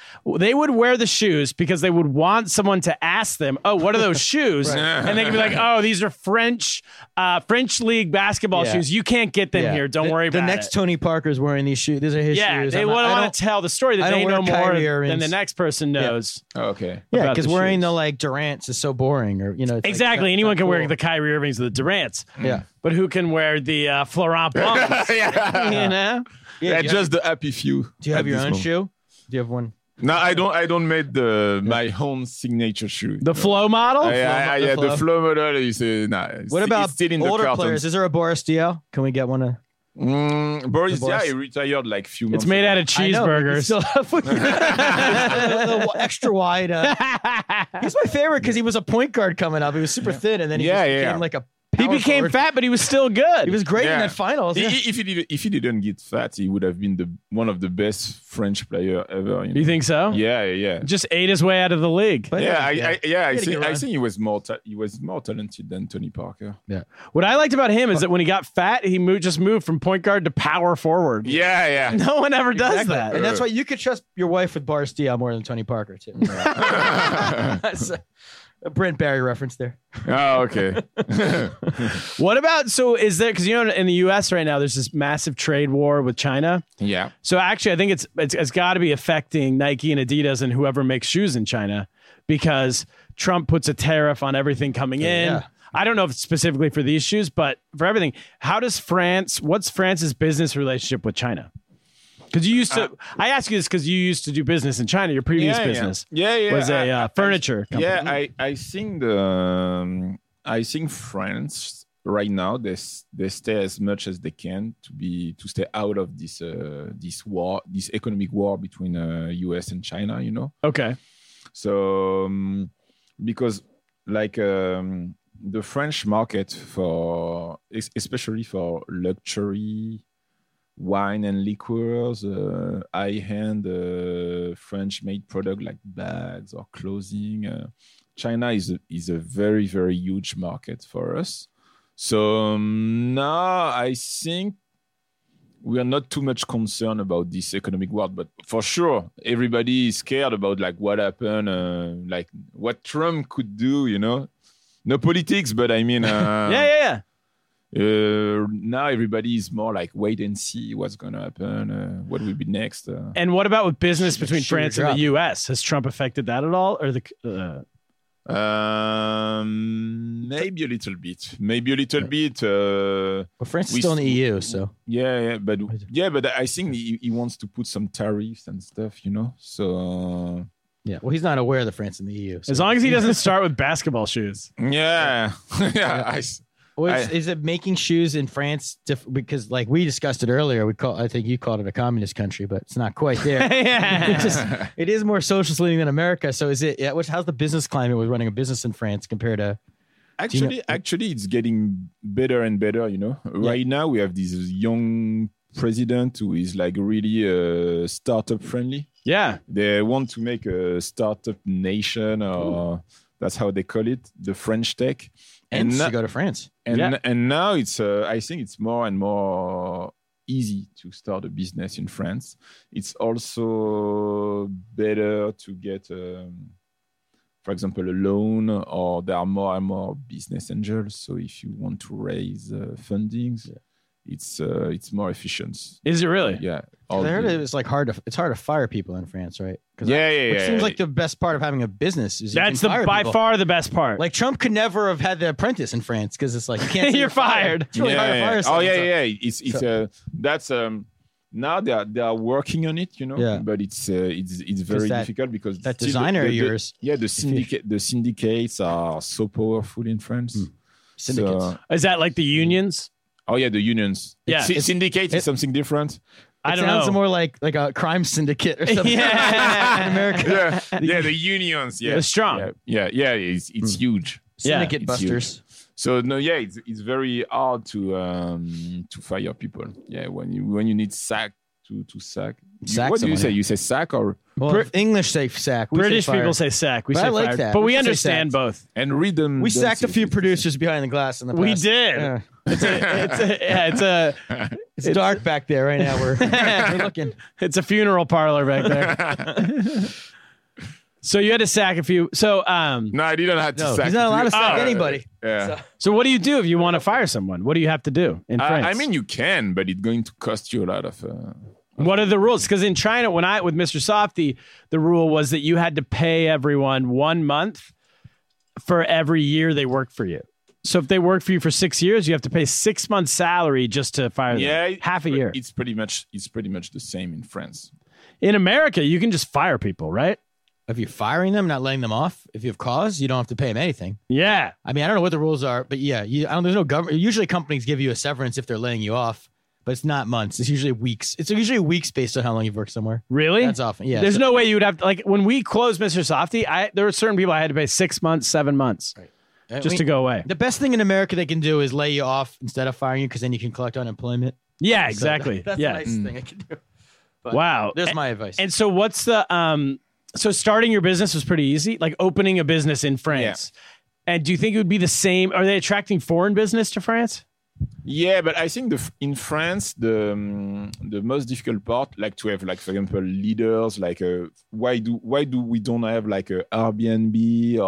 A: They would wear the shoes because they would want someone to ask them, "Oh, what are those
B: <laughs>
A: shoes?" And they could be like, "Oh, these are French uh, French league basketball
B: Yeah.
A: shoes. You can't get them
B: yeah.
A: here. Don't
B: the,
A: worry
B: the
A: about
B: next
A: it."
B: Tony Parker's wearing these shoes. These are his
A: yeah,
B: shoes.
A: they
B: I'm not-
A: would
B: I
A: want
B: don't-
A: to tell the story that
B: I don't
A: they
B: wear
A: know more
B: Kyrie
A: than
B: Irvings.
A: the next person knows.
B: <laughs>
C: Oh, okay.
B: Yeah,
A: about
B: because
A: the
B: wearing
A: shoes.
B: the like Durant's is so boring, or you know, it's, like,
A: Exactly.
B: not-
A: Anyone
B: not
A: can wear
B: cool.
A: the Kyrie Irvings or the Durants,
B: yeah,
A: but who can wear the uh, Florent
B: <laughs>
A: Blancs? You know?
C: <laughs> Yeah,
B: do you
C: just the happy few.
B: Do you have
C: at
B: your
C: this
B: own
C: moment.
B: shoe? Do you have one?
C: No, I don't. I don't make the my own signature shoe.
A: The flow model?
C: I, I, I,
B: the
C: yeah, the
B: flow.
C: flow model is uh, nah, it's-
B: What about
C: it's still in
B: older
C: the
B: players? Is there a Boris Dio? Can we get one? Of,
C: Mm, Boris,
B: The
C: yeah,
B: boss.
C: he retired like few months.
A: It's made out of
B: I
A: cheeseburgers.
B: know,
C: <laughs>
B: but you <laughs> still have- the, the extra wide.
A: <laughs>
B: Uh, he's my favorite because he was a point guard coming up. He was super thin, and then he
C: Yeah,
B: just
C: yeah.
B: became like a.
A: he
B: power
A: became
B: forward.
A: fat, but he was still good.
B: He was great
C: Yeah.
B: in that finals.
C: He-
B: yeah.
C: he- if he did, if he didn't get fat, he would have been the one of the best French player ever. You, know?
A: you think so?
C: Yeah, yeah, yeah.
A: Just ate his way out of the league.
B: But-
C: yeah, I,
B: yeah.
C: I, yeah, I
B: gotta
C: think
B: get
C: I
B: around.
C: think he was more ta- he was more talented than Tony Parker.
A: What I liked about him is that when he got fat, he moved, just moved from point guard to power forward.
C: Yeah, yeah.
A: No one ever does
B: Exactly.
A: that.
B: And that's why <laughs> you could trust your wife with Boris Diaw more than Tony Parker too. So, A Brent Barry reference there.
C: Oh, okay.
A: What about so is there because you know in the U.S. right now there's this massive trade war with China.
C: yeah.
A: So actually, I think it's it's, it's got to be affecting Nike and Adidas and whoever makes shoes in China because Trump puts a tariff on everything coming in.
B: Yeah.
A: I don't know if it's specifically for these shoes, but for everything. How does France? What's France's business relationship with China? Because you used to, I ask you this because you used to do business in China. Your previous
C: Uh, Yeah, yeah.
A: business,
C: Yeah, yeah,
A: was a
C: I-
A: uh, furniture. company.
C: Yeah, I, I think the um, I think France right now they s- they stay as much as they can to be to stay out of this uh, this war this economic war between uh, U.S. and China. You know,
A: Okay.
C: so um, because like um, the French market for es- especially for luxury wine and liqueurs, uh, high-end uh, French-made product like bags or clothing. Uh, China is a, is a very very huge market for us. So um, now I think we are not too much concerned about this economic world, but for sure, everybody is scared about like what happened, uh, like what Trump could do. You know, no politics, but I mean,
A: <laughs>
C: uh,
A: yeah, yeah, yeah.
C: Uh, now everybody is more like wait and see what's gonna happen, uh, what will be next. Uh,
A: And what about with business between
B: sugar
A: France and the U.S.? Has Trump affected that at all, or the? Uh,
C: um, maybe a little bit, maybe a little bit. Uh,
B: Well, France is
C: We
B: still in the
C: s-
B: EU, so
C: Yeah, yeah, but
B: Right.
C: yeah, but I think he, he wants to put some tariffs and stuff, you know. So
B: yeah. Well, he's not aware of the France in the E EU.
A: as long
C: <laughs>
A: as he doesn't start with basketball shoes,
C: yeah, <laughs> yeah, I s
B: Well, is,
C: I-
B: is it making shoes in France diff- because, like we discussed it earlier, we call I think you called it a communist country, but it's not quite there. It's just it is more socialist leaning than America. So is it? Yeah, which how's the business climate with running a business in France compared to? you know-
C: actually, actually, it's getting better and better, you know. Right now, we have this young president who is like really uh, startup friendly.
A: yeah.
C: They want to make a startup nation, or that's how they call it, the French tech.
B: And
C: no-
B: to go to France.
C: and
A: Yeah.
C: and now it's uh, I think it's more and more easy to start a business in France. It's also better to get, um, for example, a loan, or there are more and more business angels. So if you want to raise uh, fundings, it's uh, it's more efficient.
A: Is it really?
C: Yeah, all
B: I heard
C: the-
B: it was like hard to it's hard to fire people in France, right? 'Cause I-
C: yeah, yeah,
B: Which
C: yeah,
B: seems like the best part of having a business is you
A: That's
B: can
A: the
B: fire
A: by
B: people.
A: far the best part.
B: Like Trump could never have had the apprentice in France because it's like you
A: <laughs>
B: can't. say
A: You're fired.
B: It's really
C: yeah,
B: hard to
C: yeah.
B: fire
C: Oh
B: someone,
C: yeah,
B: so-
C: yeah. It's it's uh, that's um now they are they are working on it, you know.
B: Yeah.
C: But it's uh, it's it's very
B: that-
C: difficult because
B: that
C: still the-
B: designer of
C: the- the-
B: yours-
C: yeah, the syndicate the syndicates are so powerful in France.
B: Hmm. Syndicates.
C: So-
A: Is that like the unions?
C: oh yeah, the unions.
A: Yeah.
C: Sy- syndicate
B: it-
C: is something different.
A: I
B: It
A: don't
B: sounds
A: know.
B: more like like a crime syndicate
A: <laughs>
B: or something.
A: Oh. Yeah.
B: <laughs> in America.
C: yeah,
B: <laughs>
C: yeah, the unions. Yeah,
A: They're strong.
C: Yeah, yeah, yeah, it's it's
B: Hmm.
C: huge.
A: Yeah.
B: Syndicate
C: It's huge.
B: busters.
C: So no, yeah, it's, it's very hard to um, to fire people. Yeah, when you when you need sack to to sack. You-
B: Sack
C: what do you
B: someone.
C: say? You say sack or
B: Well,
A: Brit-
B: English safe sack. We say
A: British
B: fire.
A: people say sack. We
B: But
A: say
B: I like
A: fired.
B: that.
A: But
B: We
A: we
B: say
A: understand
B: sacks.
A: both.
C: and read them.
B: We
C: don't
B: sacked
C: say
B: a few
C: it.
B: producers behind the glass in the past.
A: We did.
B: Yeah.
A: It's a, yeah, it's a <laughs>
B: It's, dark back there right now. We're, we're looking.
A: it's a funeral parlor back there.
B: <laughs>
A: so you had to sack a few. So um.
C: No, I didn't have to
B: No,
C: sack.
B: he's not
C: a few-
B: allowed to sack
C: Ah,
B: anybody.
C: Yeah.
A: So what do you do if you want to fire someone? What do you have to do in
B: Uh,
C: I-
A: France?
C: I mean, you can, but it's going to cost you a lot of. Uh,
A: What are the rules? Because in China, when I with Mr. Softy, the rule was that you had to pay everyone one month for every year they worked for you. So if they work for you for six years, you have to pay six months' salary just to fire them.
C: yeah,
A: half a
C: it's pre-
A: year.
C: It's pretty much it's pretty much the same in France.
A: In America, you can just fire people, right?
B: If you're firing them, not letting them off, if you have cause, you don't have to pay them anything.
A: Yeah,
B: I mean, I don't know what the rules are, but yeah, you, I don't. There's no government. Usually, companies give you a severance if they're laying you off, but it's not months. It's usually weeks. It's usually weeks based on how long you've worked somewhere.
A: really?
B: That's often. Yeah.
A: There's
B: so-
A: no way you would have to, like when we closed Mr. Softy. I there were certain people I had to pay six months, seven months
B: I
A: just
B: mean,
A: to go away.
B: uh, The best thing in America they can do is lay you off instead of firing you because then you can collect unemployment.
A: Yeah,
B: So
A: exactly.
B: that's
A: yeah.
B: the nice thing I can do. But
A: Wow.
B: There's my advice.
A: And so what's the um so starting your business was pretty easy, like opening a business in France. And do you think it would be the same? Are they attracting foreign business to France?
C: Yeah, but I think the, f- in France the um, the most difficult part, like to have like for example leaders, like uh, why do why do we don't have like a Airbnb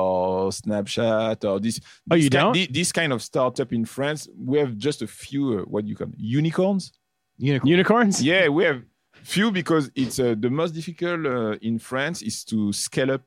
C: or Snapchat or this?
A: Oh, you
C: this ki-
A: don't?
C: thi- this kind of startup in France, we have just a few. Uh, what you call them, unicorns?
B: Unicorn.
A: Unicorns?
C: Yeah, we have few because it's uh, the most difficult uh, in France is to scale up.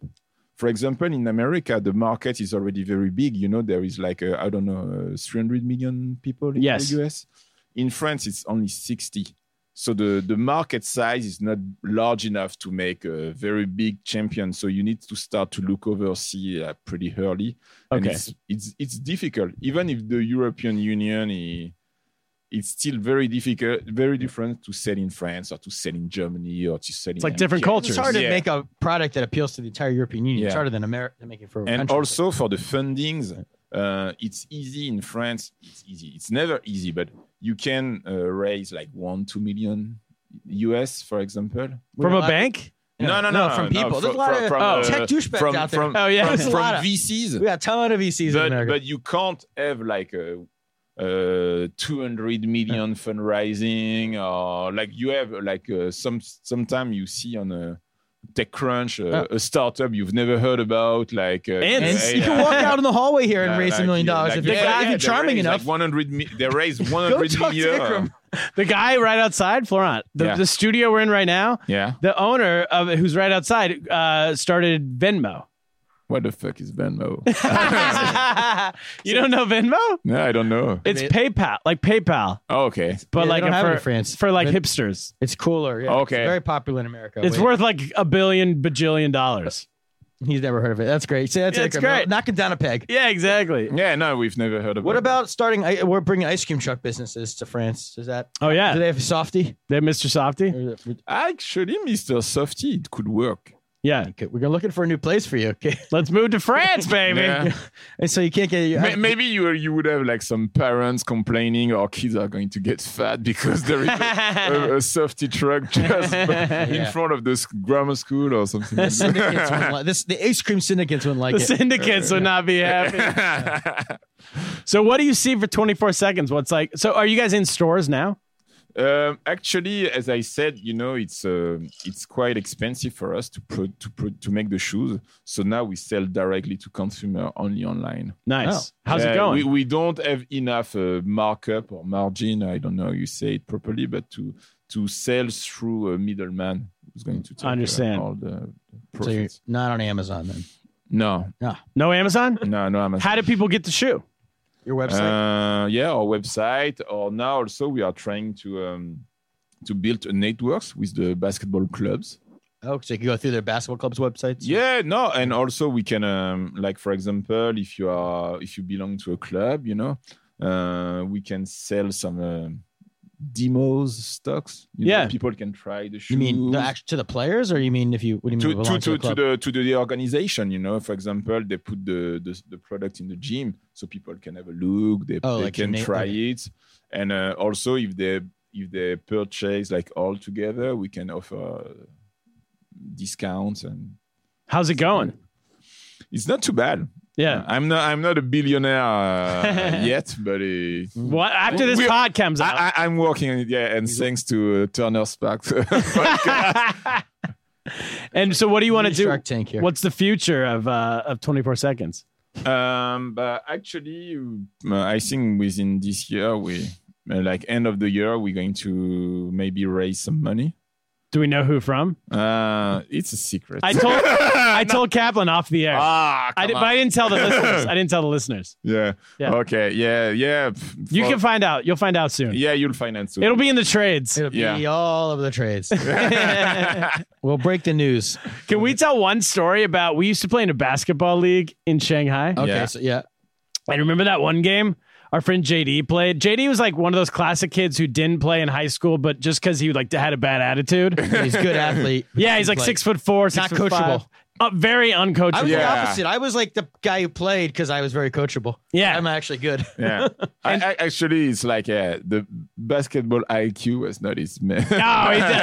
C: For example, in America, the market is already very big. You know, there is like uh, I don't know, uh, 300 million people in
A: Yes.
C: the US. In France, it's only 60. So the the market size is not large enough to make a very big champion. So you need to start to look overseas uh, pretty early. And
A: Okay.
C: it's, it's it's difficult, even if the European Union. i- it's still very difficult, very different to sell in France or to sell in Germany or to sell in
A: It's like different cultures.
B: It's hard to
C: Yeah.
B: make a product that appeals to the entire European Union. It's
C: Yeah.
B: harder than America to make it for a
C: And
B: country.
C: also for the fundings, uh, it's easy in France. It's easy. It's never easy, but you can uh, raise like one, two million US, for example.
A: From a
B: We're allowed-
A: bank?
C: No, no, no,
B: from
C: no,
B: people.
C: fro-
B: There's a lot
C: fro-
B: of
C: from, uh,
B: tech douchebags
C: from-
B: out there.
C: from-
A: Oh, yeah.
C: from,
B: There's a
C: from
B: lot of-
C: VCs.
B: we got a ton of VCs in
C: but,
B: America.
C: but you can't have like a, uh 200 million fundraising or like you have like uh some sometime you see on a TechCrunch uh, a startup you've never heard about like uh,
B: and
C: uh,
B: you can walk out in the hallway here and
C: <laughs> uh,
B: raise a
C: like,
B: million
C: yeah,
B: dollars
C: like,
B: if you're
C: yeah,
B: glad
C: yeah,
B: you're
C: they
B: charming
C: raise,
B: enough.
C: like 100 mi- they raise 100
B: <laughs> Go talk to
C: million,
B: Ikram.
A: The guy right outside, Florent, the,
C: Yeah.
A: the studio we're in right now,
C: yeah
A: the owner of it, who's right outside, uh, started Venmo.
C: what the fuck is Venmo <laughs>
A: you don't know Venmo?
C: no I don't know
A: It's PayPal, like PayPal,
C: oh, okay
A: but
B: Yeah, they
A: like
B: don't
A: a-
B: have it
A: for
B: in France.
A: for like
B: Ven-
A: hipsters.
B: It's cooler. Yeah.
C: Okay.
B: It's very popular in America.
A: It's
B: Wait,
A: worth like a billion bajillion dollars.
B: He's never heard of it. That's great. See, that's
A: Yeah, it's
B: Ikram.
A: great.
B: Knock it down a peg.
A: Yeah, exactly.
C: yeah no we've never heard about
B: What
C: it.
B: about starting? I- We're bringing ice cream truck businesses to France. Is that?
A: Oh
B: Do
A: yeah,
B: they have a softy?
A: they Mr. Softy.
B: Or is it-
C: actually Mr. Softy it could work
A: Yeah,
B: Okay, we're gonna looking for a new place for you. Okay.
A: let's move to France, baby.
C: Yeah.
B: <laughs> And so you can't get.
C: Ma- Maybe you you would have like some parents complaining our kids are going to get fat because there is a, a, a softy truck just in front of this grammar school or something.
B: <laughs> The
C: like
B: <laughs>
C: that.
B: syndicates wouldn't like this. The ice cream syndicates wouldn't like
A: The
B: it.
A: syndicates would not be happy. so, what do you see for 24 seconds? What's like? So, are you guys in stores now?
C: Um, actually, as I said, you know, it's um it's quite expensive for us to pro- to pro- to make the shoes. So now we sell directly to consumer only online.
A: Nice. How's
C: Uh,
A: it going?
C: We, we don't have enough uh, markup or margin. I don't know how you say it properly, but to to sell through a middleman who's going to take uh,
A: Understand.
C: all the
B: So you're
C: profits.
B: not on Amazon then.
C: no,
A: no Amazon.
C: no, no. Amazon.
A: How do people get the shoe?
B: Your website.
C: Uh, yeah, our website. Or now also we are trying to um, to build a networks with the basketball clubs.
B: oh, so you can go through their basketball club's websites.
C: Yeah, no, and also we can um, like for example, if you are if you belong to a club, you know, uh, we can sell some uh, demos stocks. You know,
A: Yeah.
C: people can try the shoes.
B: You mean the, act- to the players, or you mean if you? What do you mean?
C: to,
B: belong
C: to, to,
B: the
C: to,
B: club?
C: the to the organization, you know, for example, they put the, the the product in the gym so people can have a look. They,
B: Oh,
C: they
B: like
C: can
B: gymna-
C: try
B: okay.
C: it, and uh, also if they if they purchase like all together, we can offer discounts and
A: How's it going?
C: it's not too bad.
A: Yeah.
C: Uh, I'm not I'm not a billionaire
A: <laughs>
C: uh, yet, but uh,
A: What after this
C: We-
A: pod comes out?
C: I, I, I'm working on it. Yeah, and thanks to uh, Turner Sparks. <laughs> podcast.
A: and so, what do you want to
B: New
A: do?
B: Shark Tank here.
A: What's the future of uh, of 24 seconds?
C: um, but actually, uh, I think within this year, we uh, like end of the year, we're going to maybe raise some money.
A: Do we know who from?
C: Uh, it's a secret.
A: I
C: <laughs>
A: told I told Kaplan off the air. I
C: ah, Uh, come
A: did,
C: on.
A: but I didn't
C: <laughs>
A: tell the listeners. I didn't tell the listeners.
C: yeah.
A: Yeah.
C: Okay. Yeah. Yeah.
A: You
C: For-
A: can find out. You'll find out soon.
C: yeah, you'll find it soon.
A: It'll be in the trades.
B: It'll be
C: Yeah.
B: all over the
C: <laughs>
B: trades. <laughs> we'll break the news.
A: Can we tell one story about we used to play in a basketball league in Shanghai?
B: Okay,
C: Yeah.
B: so yeah,
A: And remember that one game our friend JD played? JD was like one of those classic kids who didn't play in high school, but just because he like had a bad <laughs> attitude.
B: he's a <laughs> good athlete.
A: yeah, he's like six foot four, six
B: Not
A: foot five.
B: coachable.
A: Uh, very uncoachable.
B: I was
C: Yeah.
B: the opposite. I was like the guy who played because I was very coachable.
A: Yeah.
B: I'm actually good.
C: yeah I, I, actually it's like yeah the basketball IQ was not his man.
A: Oh, <laughs> he did- <laughs>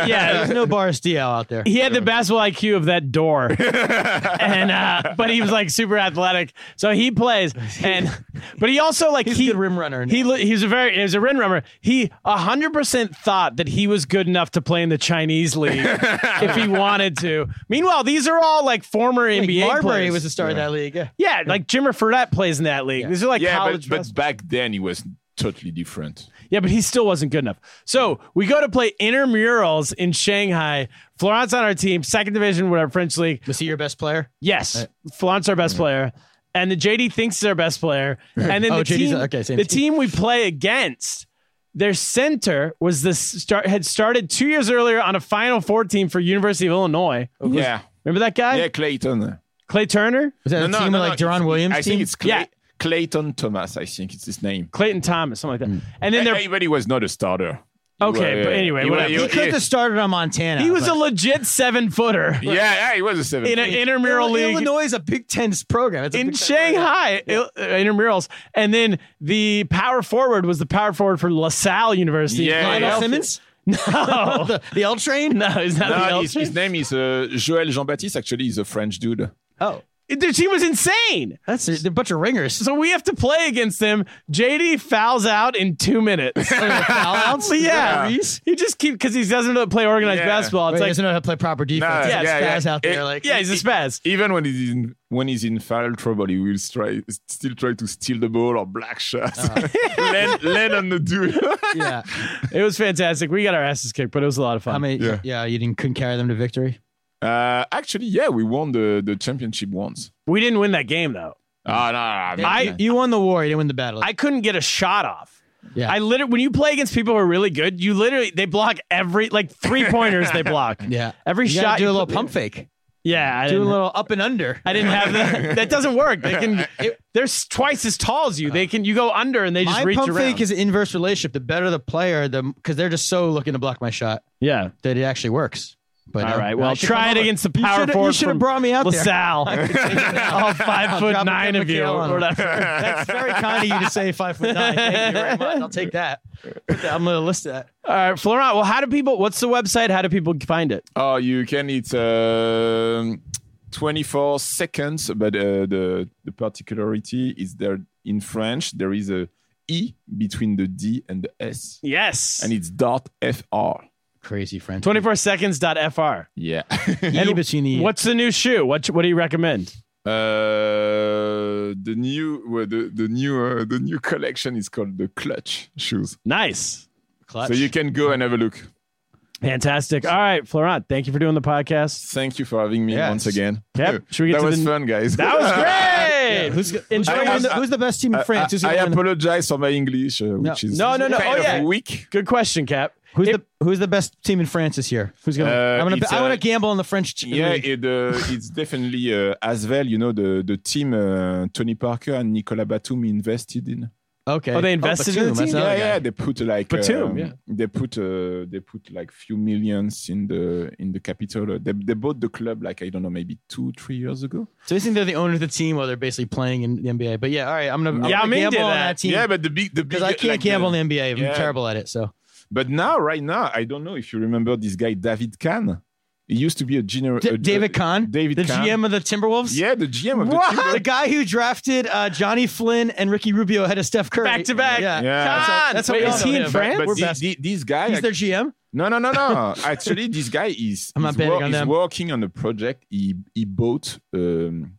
A: yeah.
B: There's no Boris Diaw out there.
A: He had the basketball IQ of that
C: <laughs>
A: door, and uh, but he was like super athletic, so he plays. And but he also like
B: He's a
A: he
B: good rim runner.
A: He li- he's a very he was a rim runner. He hundred percent thought that he was good enough to play in the Chinese
C: <laughs>
A: league if he wanted to. Meanwhile, these are all like former NBA
B: Marbury
A: players.
B: was the star of that league. Yeah.
A: yeah, like Jimmer Fredette plays in that league. These are like
C: yeah,
A: college.
C: but,
A: basketball-
C: but back then he was totally different.
A: Yeah, but he still wasn't good enough. So we go to play intramurals in Shanghai. Florence on our team, second division, whatever French league.
B: Was he your best player?
A: Yes, Florence our best player, and the JD thinks is our best player, and then
B: Oh,
A: the
B: JD's
A: team,
B: okay, same
A: the
B: team.
A: team we play against, their center was the start had started two years earlier on a Final Four team for University of Illinois.
C: Yeah.
A: Remember that guy,
C: Yeah, Clayton.
A: Clay Turner,
B: Was that a team with like
C: it's-
B: Deron Williams?
C: I
B: team?
C: think it's Clay-
A: Yeah.
C: Clayton Thomas, I think it's his name.
A: Clayton Thomas, something like
B: Mm.
A: that, and then
C: Hey,
A: they're.
C: but he was not a starter.
A: Okay,
C: Well,
A: but
C: yeah.
A: anyway,
C: He was-
A: whatever.
B: he could have started on Montana.
A: He was
B: but-
A: a legit seven footer
C: Yeah, yeah, he was a seven.
A: in an intramural league.
C: <laughs>
B: Illinois is a Big Ten program. It's a
A: in
B: Big Ten program.
A: Shanghai il- uh, intramurals, and then the power forward was the power forward for LaSalle University.
C: Yeah,
B: Lionel
C: yeah.
B: Simmons,
A: <laughs> No,
B: <laughs> the, the L train.
A: no, he's not the
C: no, his,
A: Elgin.
C: his name is uh, Joël Jean-Baptiste. Actually, he's a French dude.
B: Oh,
A: Their team was insane.
B: that's they're a bunch of <laughs> ringers.
A: So we have to play against them. JD fouls out in two
C: <laughs>
A: minutes. <laughs>
B: Fouls?
A: yeah,
B: Referees?
A: he just keep because he doesn't know how to play organized
C: Yeah.
A: basketball. It's
B: Wait, he
A: like
B: doesn't know how to play proper defense.
C: Nah,
B: yeah,
C: yeah, yeah.
B: out there.
C: It-
B: like,
A: yeah, he's a spaz.
C: Even when he's in when he's in foul trouble, he will try still try to steal the ball or black shots.
B: Ah.
C: <laughs> land, land on the dude. <laughs>
B: yeah.
A: It was fantastic. We got our asses kicked, but it was a lot of fun.
B: How many? Yeah,
C: Yeah.
B: you didn't couldn't carry them to victory.
C: uh, actually, yeah, we won the, the championship once.
A: we didn't win that game though.
C: Ah, no, I mean,
A: I <laughs>
B: You won the war. You didn't win the battle.
A: I couldn't get a shot off.
B: yeah,
A: I literally, when you play against people who are really good, you literally they block every like three pointers they block.
B: <laughs> yeah.
A: every
B: You gotta
A: shot
B: do
A: you
B: a little
A: put-
B: pump fake.
A: Yeah, I
B: Do a
A: didn't-
B: little up and under.
A: I didn't have that. That doesn't work. They
B: <laughs>
A: can. they're s- twice as tall as you. They can. You go under and they just
B: My
A: reach
B: pump
A: around.
B: fake is an inverse relationship. The better the player, the because they're just so looking to block my shot
A: yeah.
B: that it actually works. But
A: All
B: uh,
A: right.
B: I
A: Well,
B: should
A: try
B: come
A: it
B: up with-
A: against the
B: You
A: power
B: shoulda-
A: forward.
B: You should have
A: from
B: brought me out there. <laughs>
A: LaSalle. <laughs> All five foot
B: drop a
A: nine
B: Kevin
A: of you,
B: McHale on
A: or
B: him.
A: whatever.
B: Oh, That's very kind of you to say five foot nine. Thank you very much. I'll take that. Put that- I'm gonna list that.
A: All right, Florent. Well, how do people? What's the website? How do people find it?
C: <laughs> Oh, you can eat um 24 seconds, but uh, the the particularity is there in French there is a e between the d and the s,
A: Yes.
C: and it's dot fr.
B: Crazy French.
A: 24 seconds.fr.
C: Yeah. <laughs>
B: E between the
A: What's the new shoe? What what do you recommend?
C: uh, the new well, the the new uh, the new collection is called the Clutch shoes.
A: Nice.
B: clutch?
C: So you can go and have a look.
A: Fantastic. All right, Florent, thank you for doing the podcast.
C: Thank you for having me
B: Yes.
C: once again.
A: Yep. Should we get
C: that
A: to
C: was
A: the-
C: fun, guys.
A: That
B: <laughs>
C: <laughs>
A: was great.
B: who's, who's,
A: Enjoy
B: gonna
C: your-
B: win the, who's the best team in France? Who's
C: I
B: gonna win the-
C: apologize for my English, uh, which is
A: No, no, no.
C: kind
A: Oh,
C: of
A: yeah.
C: weak.
A: Good question, Cap.
B: Who's the who's the best team in France this year? Who's gonna?
C: Uh,
B: I'm gonna.
C: it's,
B: I want
C: uh,
B: to gamble on the French team.
C: Yeah, it, uh, it's definitely uh, Asvel. You know the the team uh, Tony Parker and Nicolas Batum invested in.
B: Okay.
A: Oh, they invested in the
B: Batum,
A: team?
B: that's
C: yeah,
B: another guy.
C: yeah, they put like
A: Batum,
C: um,
A: yeah.
C: they put uh, they put like few millions in the in the capital. Uh, They, they bought the club like I don't know maybe two three years ago.
B: So they think they're the owner of the team while they're basically playing in the NBA. But yeah, all right. I'm gonna. I'm
A: Yeah,
B: gonna
A: I'm into
B: gamble on
A: that.
B: that team.
C: Yeah, but the big the big
B: because I can't
C: like
B: gamble
C: the-
B: on the NBA. I'm
C: yeah. Uh,
B: terrible at it. So
C: But now right now I don't know if you remember this guy David Kahn. He used to be a general
B: D- David Kahn,
C: uh, David
B: the
C: Kahn.
B: GM of the Timberwolves.
C: Yeah, the GM of the team.
B: <laughs> The guy who drafted uh, Johnny Flynn and Ricky Rubio ahead of Steph Curry.
A: Back to back.
B: Yeah.
C: Yeah.
B: That's how-
A: Kahn!
B: That's how
A: Wait,
B: we all
A: is
B: know
A: he in
B: him.
A: France?
C: But
B: We're
C: the-
B: best.
C: the- this guy
B: He's their GM.
C: No, no, no,
B: <laughs>
C: no. Actually, this guy is,
B: I'm not
C: is,
B: betting on
C: is
B: them.
C: working on a project. He he bought um,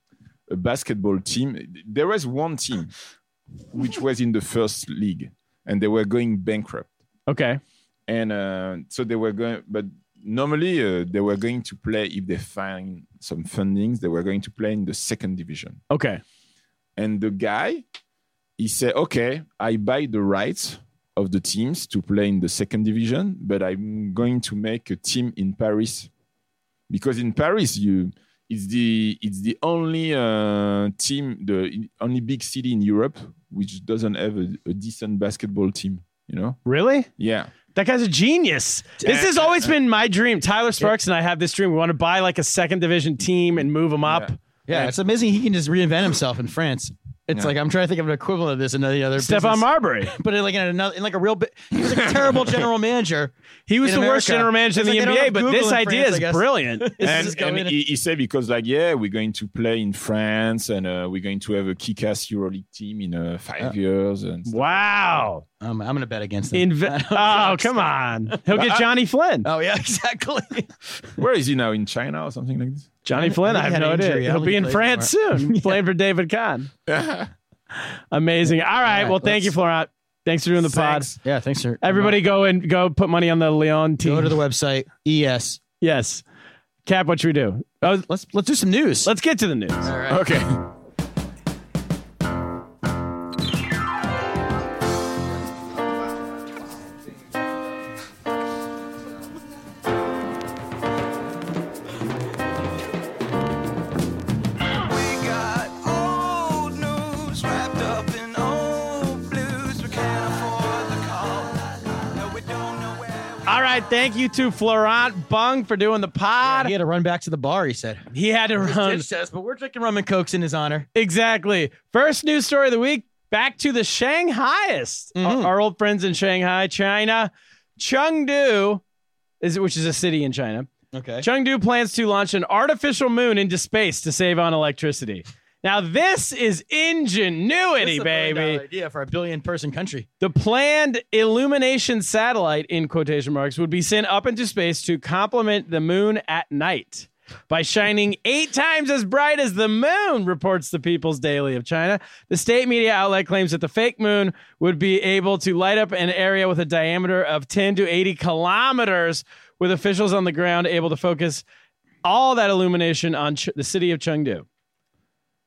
C: a basketball team. There was one team which was in the first league, and they were going bankrupt.
B: Uh,
A: Okay.
C: And uh, so they were going, but normally uh, they were going to play if they find some fundings. They were going to play in the second division.
A: Okay.
C: And the guy, he said, okay, I buy the rights of the teams to play in the second division, but I'm going to make a team in Paris. Because in Paris, you it's the it's the only uh, team, the only big city in Europe which doesn't have a, a decent basketball team. You know?
A: Really?
C: Yeah.
A: That guy's a genius. This has
B: uh,
A: always been my dream. Tyler Sparks and I have this dream. We want to buy like a second division team and move them up.
B: Yeah, it's amazing he can just reinvent himself in France. It's
C: Yeah.
B: like I'm trying to think of an equivalent of this in any other.
D: Stephon
B: business.
D: Marbury.
B: but in like in another, in like a real, bi- he was like a
C: <laughs>
B: terrible general manager.
D: He was
B: In
D: the worst
B: America.
D: general manager in
B: It's
D: the
B: like they don't
D: NBA,
B: have
D: but
B: Google
D: this
B: in
D: idea
B: France, I
D: is
B: guess. <laughs>
D: brilliant.
B: This is
C: and,
B: just going
C: and
B: in-
C: he, he said because like yeah we're going to play in france and uh, we're going to have a kick-ass euroleague team in uh, five
B: Ah.
C: years and stuff.
D: Wow.
B: Um, I'm gonna bet against him.
D: Inve- oh, come on. He'll get Johnny Flynn.
B: <laughs> Oh yeah, <laughs> exactly.
C: where is he now in china or something like this
D: Johnny Flynn,
B: he
D: I have
B: had
D: no
B: an
D: idea.
B: injury. I
D: He'll
B: don't
D: be
B: think
D: in
B: he
D: France
B: plays <laughs>
D: soon, playing for David Kahn. Amazing. All right.
B: right,
D: well, thank you,
B: let's-
D: Florent. Thanks for doing the
C: Thanks.
B: yeah, thanks sir.
D: pod. Everybody, go and go put money on the Leon team.
B: go to the website. E Es.
D: yes. Cap, what should we do? Oh,
B: Let's let's do some news.
D: let's get to the news.
C: okay
A: All right, thank you to Florent Bung for doing the pod.
B: he had to run back to the bar. He <laughs> said. Um,
A: He had to run.
B: says, but we're drinking rum and cokes in his honor.
A: Exactly. First news story of the week back to the Shanghaiest. Our, our old friends in Shanghai, China. Chengdu, is, which is a city in China.
B: Okay.
A: Chengdu plans to launch an artificial moon into space to save on electricity. Now, this is ingenuity, baby.
B: Idea for a billion person country.
A: The planned illumination satellite, in quotation marks, would be sent up into space to complement the moon at night by shining eight times as bright as the moon, reports the People's Daily of China. The state media outlet claims that the fake moon would be able to light up an area with a diameter of 10 to 80 kilometers, with officials on the ground able to focus all that illumination on Ch- the city of Chengdu.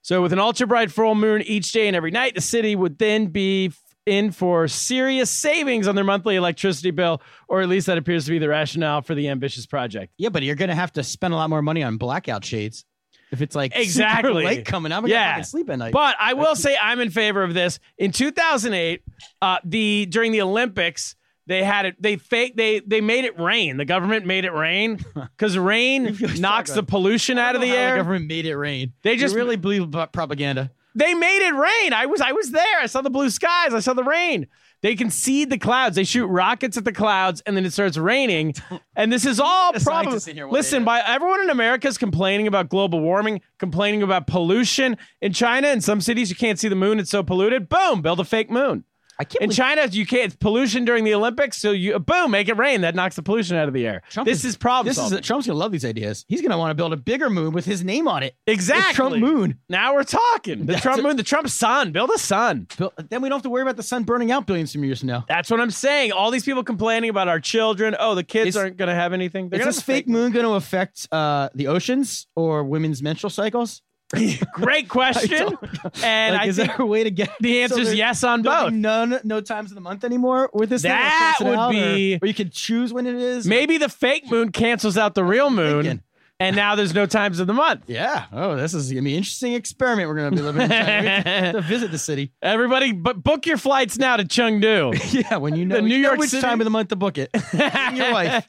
A: So, with an ultra bright full moon each day and every night, the city would then be f- in for serious savings on their monthly electricity bill, or at least that appears to be the rationale for the ambitious project.
B: Yeah, but you're gonna have to spend a lot more money on blackout shades if it's like super
A: Exactly.
B: late coming. I'm gonna
A: Yeah.
B: fucking sleep at night.
A: But I will say I'm in favor of this. In 2008, uh, the during the Olympics, they had it. They fake. They they made it rain. The government made it rain because rain
B: You've always
A: knocks
B: talked
A: the
B: about
A: pollution out of the
B: How
A: air.
B: government made it rain.
A: They
B: You
A: just-
B: really believe about propaganda.
A: They made it rain. I was I was there. I saw the blue skies. I saw the rain. They can see the clouds. They shoot rockets at the clouds, and then it starts raining. And this is
B: <laughs>
A: all
B: The
A: problem.
B: scientists in here one day,
A: Listen,
B: yeah.
A: by everyone in America is complaining about global warming, complaining about pollution. In China, in some cities, you can't see the moon; it's so polluted. Boom, build a fake moon.
B: I can't.
A: In
B: believe
A: China, you can't it's pollution during the Olympics, so you boom, make it rain. That knocks the pollution out of the air.
B: Trump
A: this is, problem.
B: This is
A: solving.
B: Trump's gonna love these ideas. He's gonna want to build a bigger moon with his name on it.
A: exactly
B: The Trump moon.
A: Now we're talking. The
B: That's
A: Trump
B: it.
A: moon, the Trump sun. Build a sun.
B: Built- Then we don't have to worry about the sun burning out billions of years from now.
A: That's what I'm saying. All these people complaining about our children. Oh, the kids
B: Is-
A: aren't going to have anything. They're
B: Is
A: gonna
B: this fake moon going to affect uh, the oceans or women's menstrual cycles? <laughs>
A: Great question. and
B: Like,
A: I
B: is
A: think
B: there a way to get
A: the answer is
B: there-
A: yes on
B: there'll
A: both.
B: Be none, no times of the month anymore with this. thing? Like,
A: That
B: cross it
A: would
B: out, or-
A: be-
B: or, you could choose when it is.
A: Maybe the fake moon cancels out the real moon,
B: thinking.
A: and now there's no times of the month.
B: Yeah. Oh, this is gonna be an interesting experiment. We're gonna be living in China. We
A: <laughs>
B: have to visit the city.
A: Everybody, but book your flights now to
B: <laughs>
A: Chengdu.
B: Yeah, when you know,
A: The New
B: you know
A: York
B: which
A: City-
B: time of the month to
A: <laughs>
B: book it. and your wife.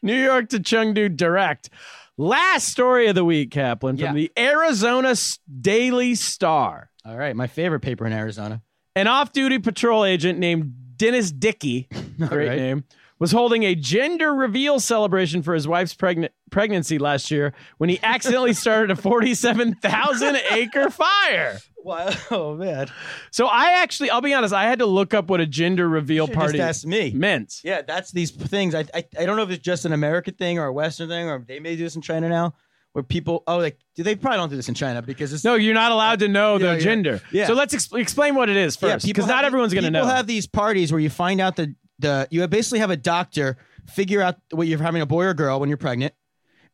A: New York to Chengdu direct. Last story of the week, Kaplan, from
B: Yeah.
A: the Arizona S- Daily Star.
B: All right, my favorite paper in Arizona.
A: An off duty patrol agent named Dennis
B: <laughs>
A: Dickey, great
B: right.
A: name, was holding a gender reveal celebration for his wife's pregna- pregnancy last year when he
B: <laughs>
A: accidentally started a 47,000 acre fire.
B: Wow, oh, man.
A: So I actually, I'll be honest, I had to look up what a gender reveal
B: Should've
A: party
B: Just asked me.
A: meant.
B: Yeah, that's these p- things. I, I I don't know if it's just an American thing or a Western thing, or they may do this in China now, where people oh like do they probably don't do this in China because it's
A: No, you're not allowed to know
B: Yeah,
A: their
B: yeah.
A: gender.
B: Yeah.
A: So let's exp- explain what it is
B: Yeah,
A: first,
B: people
A: because
B: have
A: not
B: the-
A: everyone's going to know.
B: People have these parties where you find out the the you basically have a doctor figure out what you're having a boy or girl when you're pregnant.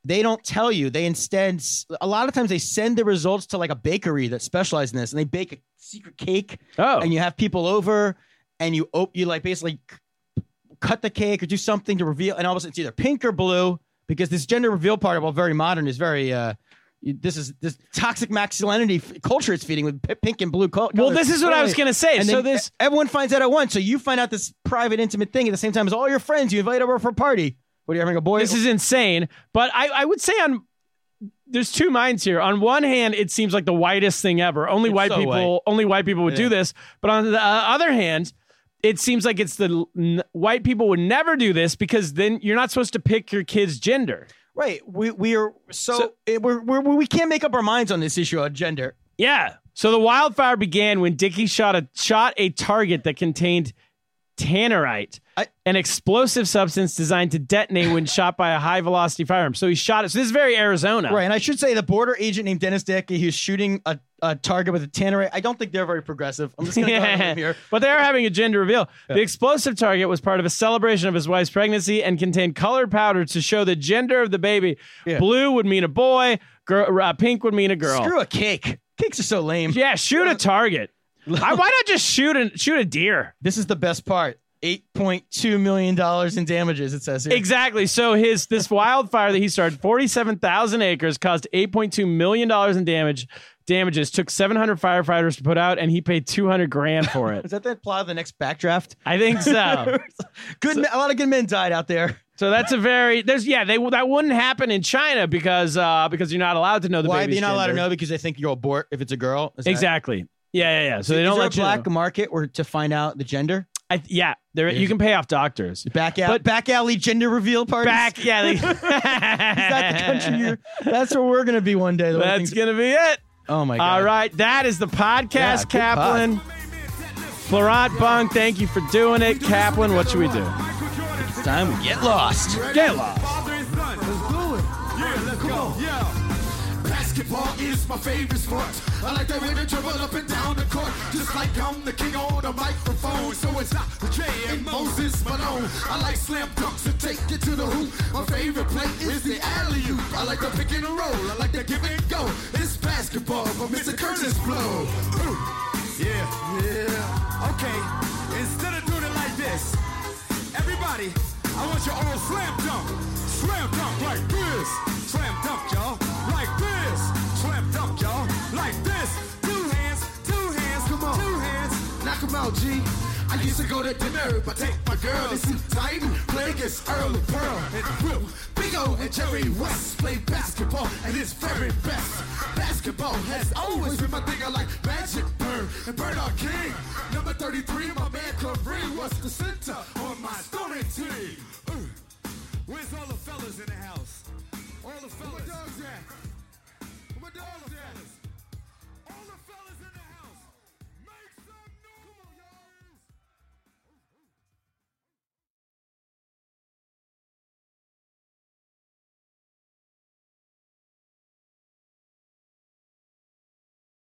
B: They don't tell you. They instead s- a lot of times they send the results to like a bakery that specializes in this, and they bake a secret cake.
A: oh,
B: and you have people over and you op- you like basically c- cut the cake or do something to reveal and all of a sudden it's either pink or blue because this gender reveal part while very modern is very uh you- this is this toxic masculinity f- culture it's feeding with p- pink and blue col-
A: well,
B: colors.
A: this is what I was going to say.
B: and
A: so
B: then
A: this,
B: e- everyone finds out at once so you find out this private intimate thing at the same time as all your friends you invite over for a party what are you having a boy
A: This is insane. But I, I would say on there's two minds here. On one hand, it seems like the whitest thing ever. Only white
B: so
A: people,
B: white.
A: only white people would do this. But on the uh, other hand, it seems like it's the n- white people would never do this because then you're not supposed to pick your kid's gender.
B: Right. We we are so, it, we're, we're we can't make up our minds on this issue on gender.
A: Yeah. So the wildfire began when Dickey shot a shot a target that contained tannerite,
B: I-
A: an explosive substance designed to detonate when shot by a high velocity firearm. So he shot it. So this is very Arizona.
B: Right. And I should say the border agent named Dennis Dickey who's shooting a, a target with a tannerite. I don't think they're very progressive. I'm just gonna go out on a
A: <laughs> Yeah.
B: limb here.
A: But they are having a gender reveal. The explosive target was part of a celebration of his wife's pregnancy and contained colored powder to show the gender of the baby.
B: Yeah.
A: Blue would mean a boy, girl, uh, pink would mean a girl.
B: Screw a cake. Cakes are so lame.
A: yeah, shoot a target. I, why not just shoot an, shoot a deer?
B: This is the best part. Eight point two million dollars in damages. It says here.
A: Exactly. So his this wildfire that he started, forty-seven thousand acres, caused eight point two million dollars in damage. Damages took seven hundred firefighters to put out, and he paid two hundred grand for
B: <laughs>
A: it.
B: Is that the plot of the next backdraft?
A: I think so.
B: Good. men- a lot of good men died out there.
A: So that's a very there's yeah they that wouldn't happen in China because uh because you're not allowed to know the
B: Why?
A: baby's
B: You're not allowed to
A: gender.
B: know because they think you'll abort if it's a girl. Is that-
A: exactly yeah yeah yeah so they
B: Is
A: don't
B: there
A: let
B: a
A: you
B: black
A: know.
B: market or to find out the gender.
A: I, yeah there you can pay off doctors
B: Back out,
A: But-
B: back alley gender reveal parties.
A: back yeah
B: <laughs>
A: they, is
B: Is that the
A: <laughs>
B: country you're? That's where we're gonna be one day. the way
A: that's
B: things-
A: gonna be it
B: Oh my god!
A: all right that is the podcast
B: Yeah, good
A: Kaplan Florent Bung thank you for doing it Kaplan what should we do
B: It's time we get lost.
A: get lost.
E: Father and son. Let's do it. Yeah, let's go. Yeah. Basketball is my favorite sport. I like that way they dribble up and down the court. Just like I'm the king on the microphone. So it's not the J and Moses Malone. I like slam dunks and take it to the hoop. My favorite play is the alley oop. I like the pick and the roll. I like the give and go. It's basketball, but Mr. Curtis blow. Ooh. Yeah, yeah. Okay, instead of doing it like this, everybody, I want your all slam dunk. Slam dunk like this. Slam dunk, y'all. Like this. Slam dunk, y'all. Like this. Two hands, two hands, come on. Two hands. Knock 'em out, G. I used to go to dinner, but take my girl to see Titan play against Earl of Pearl and Will. Big O and Jerry West play basketball at its very best. Basketball has always been my thing. I like Magic Bird and Bernard King. Number 33, my man Kareem was the center on my story team. Ooh. Where's all the fellas in the house? All the fellas. Where my dogs at? Where my dogs at? All the fellas in the house. Make some noise. Come on, y'all.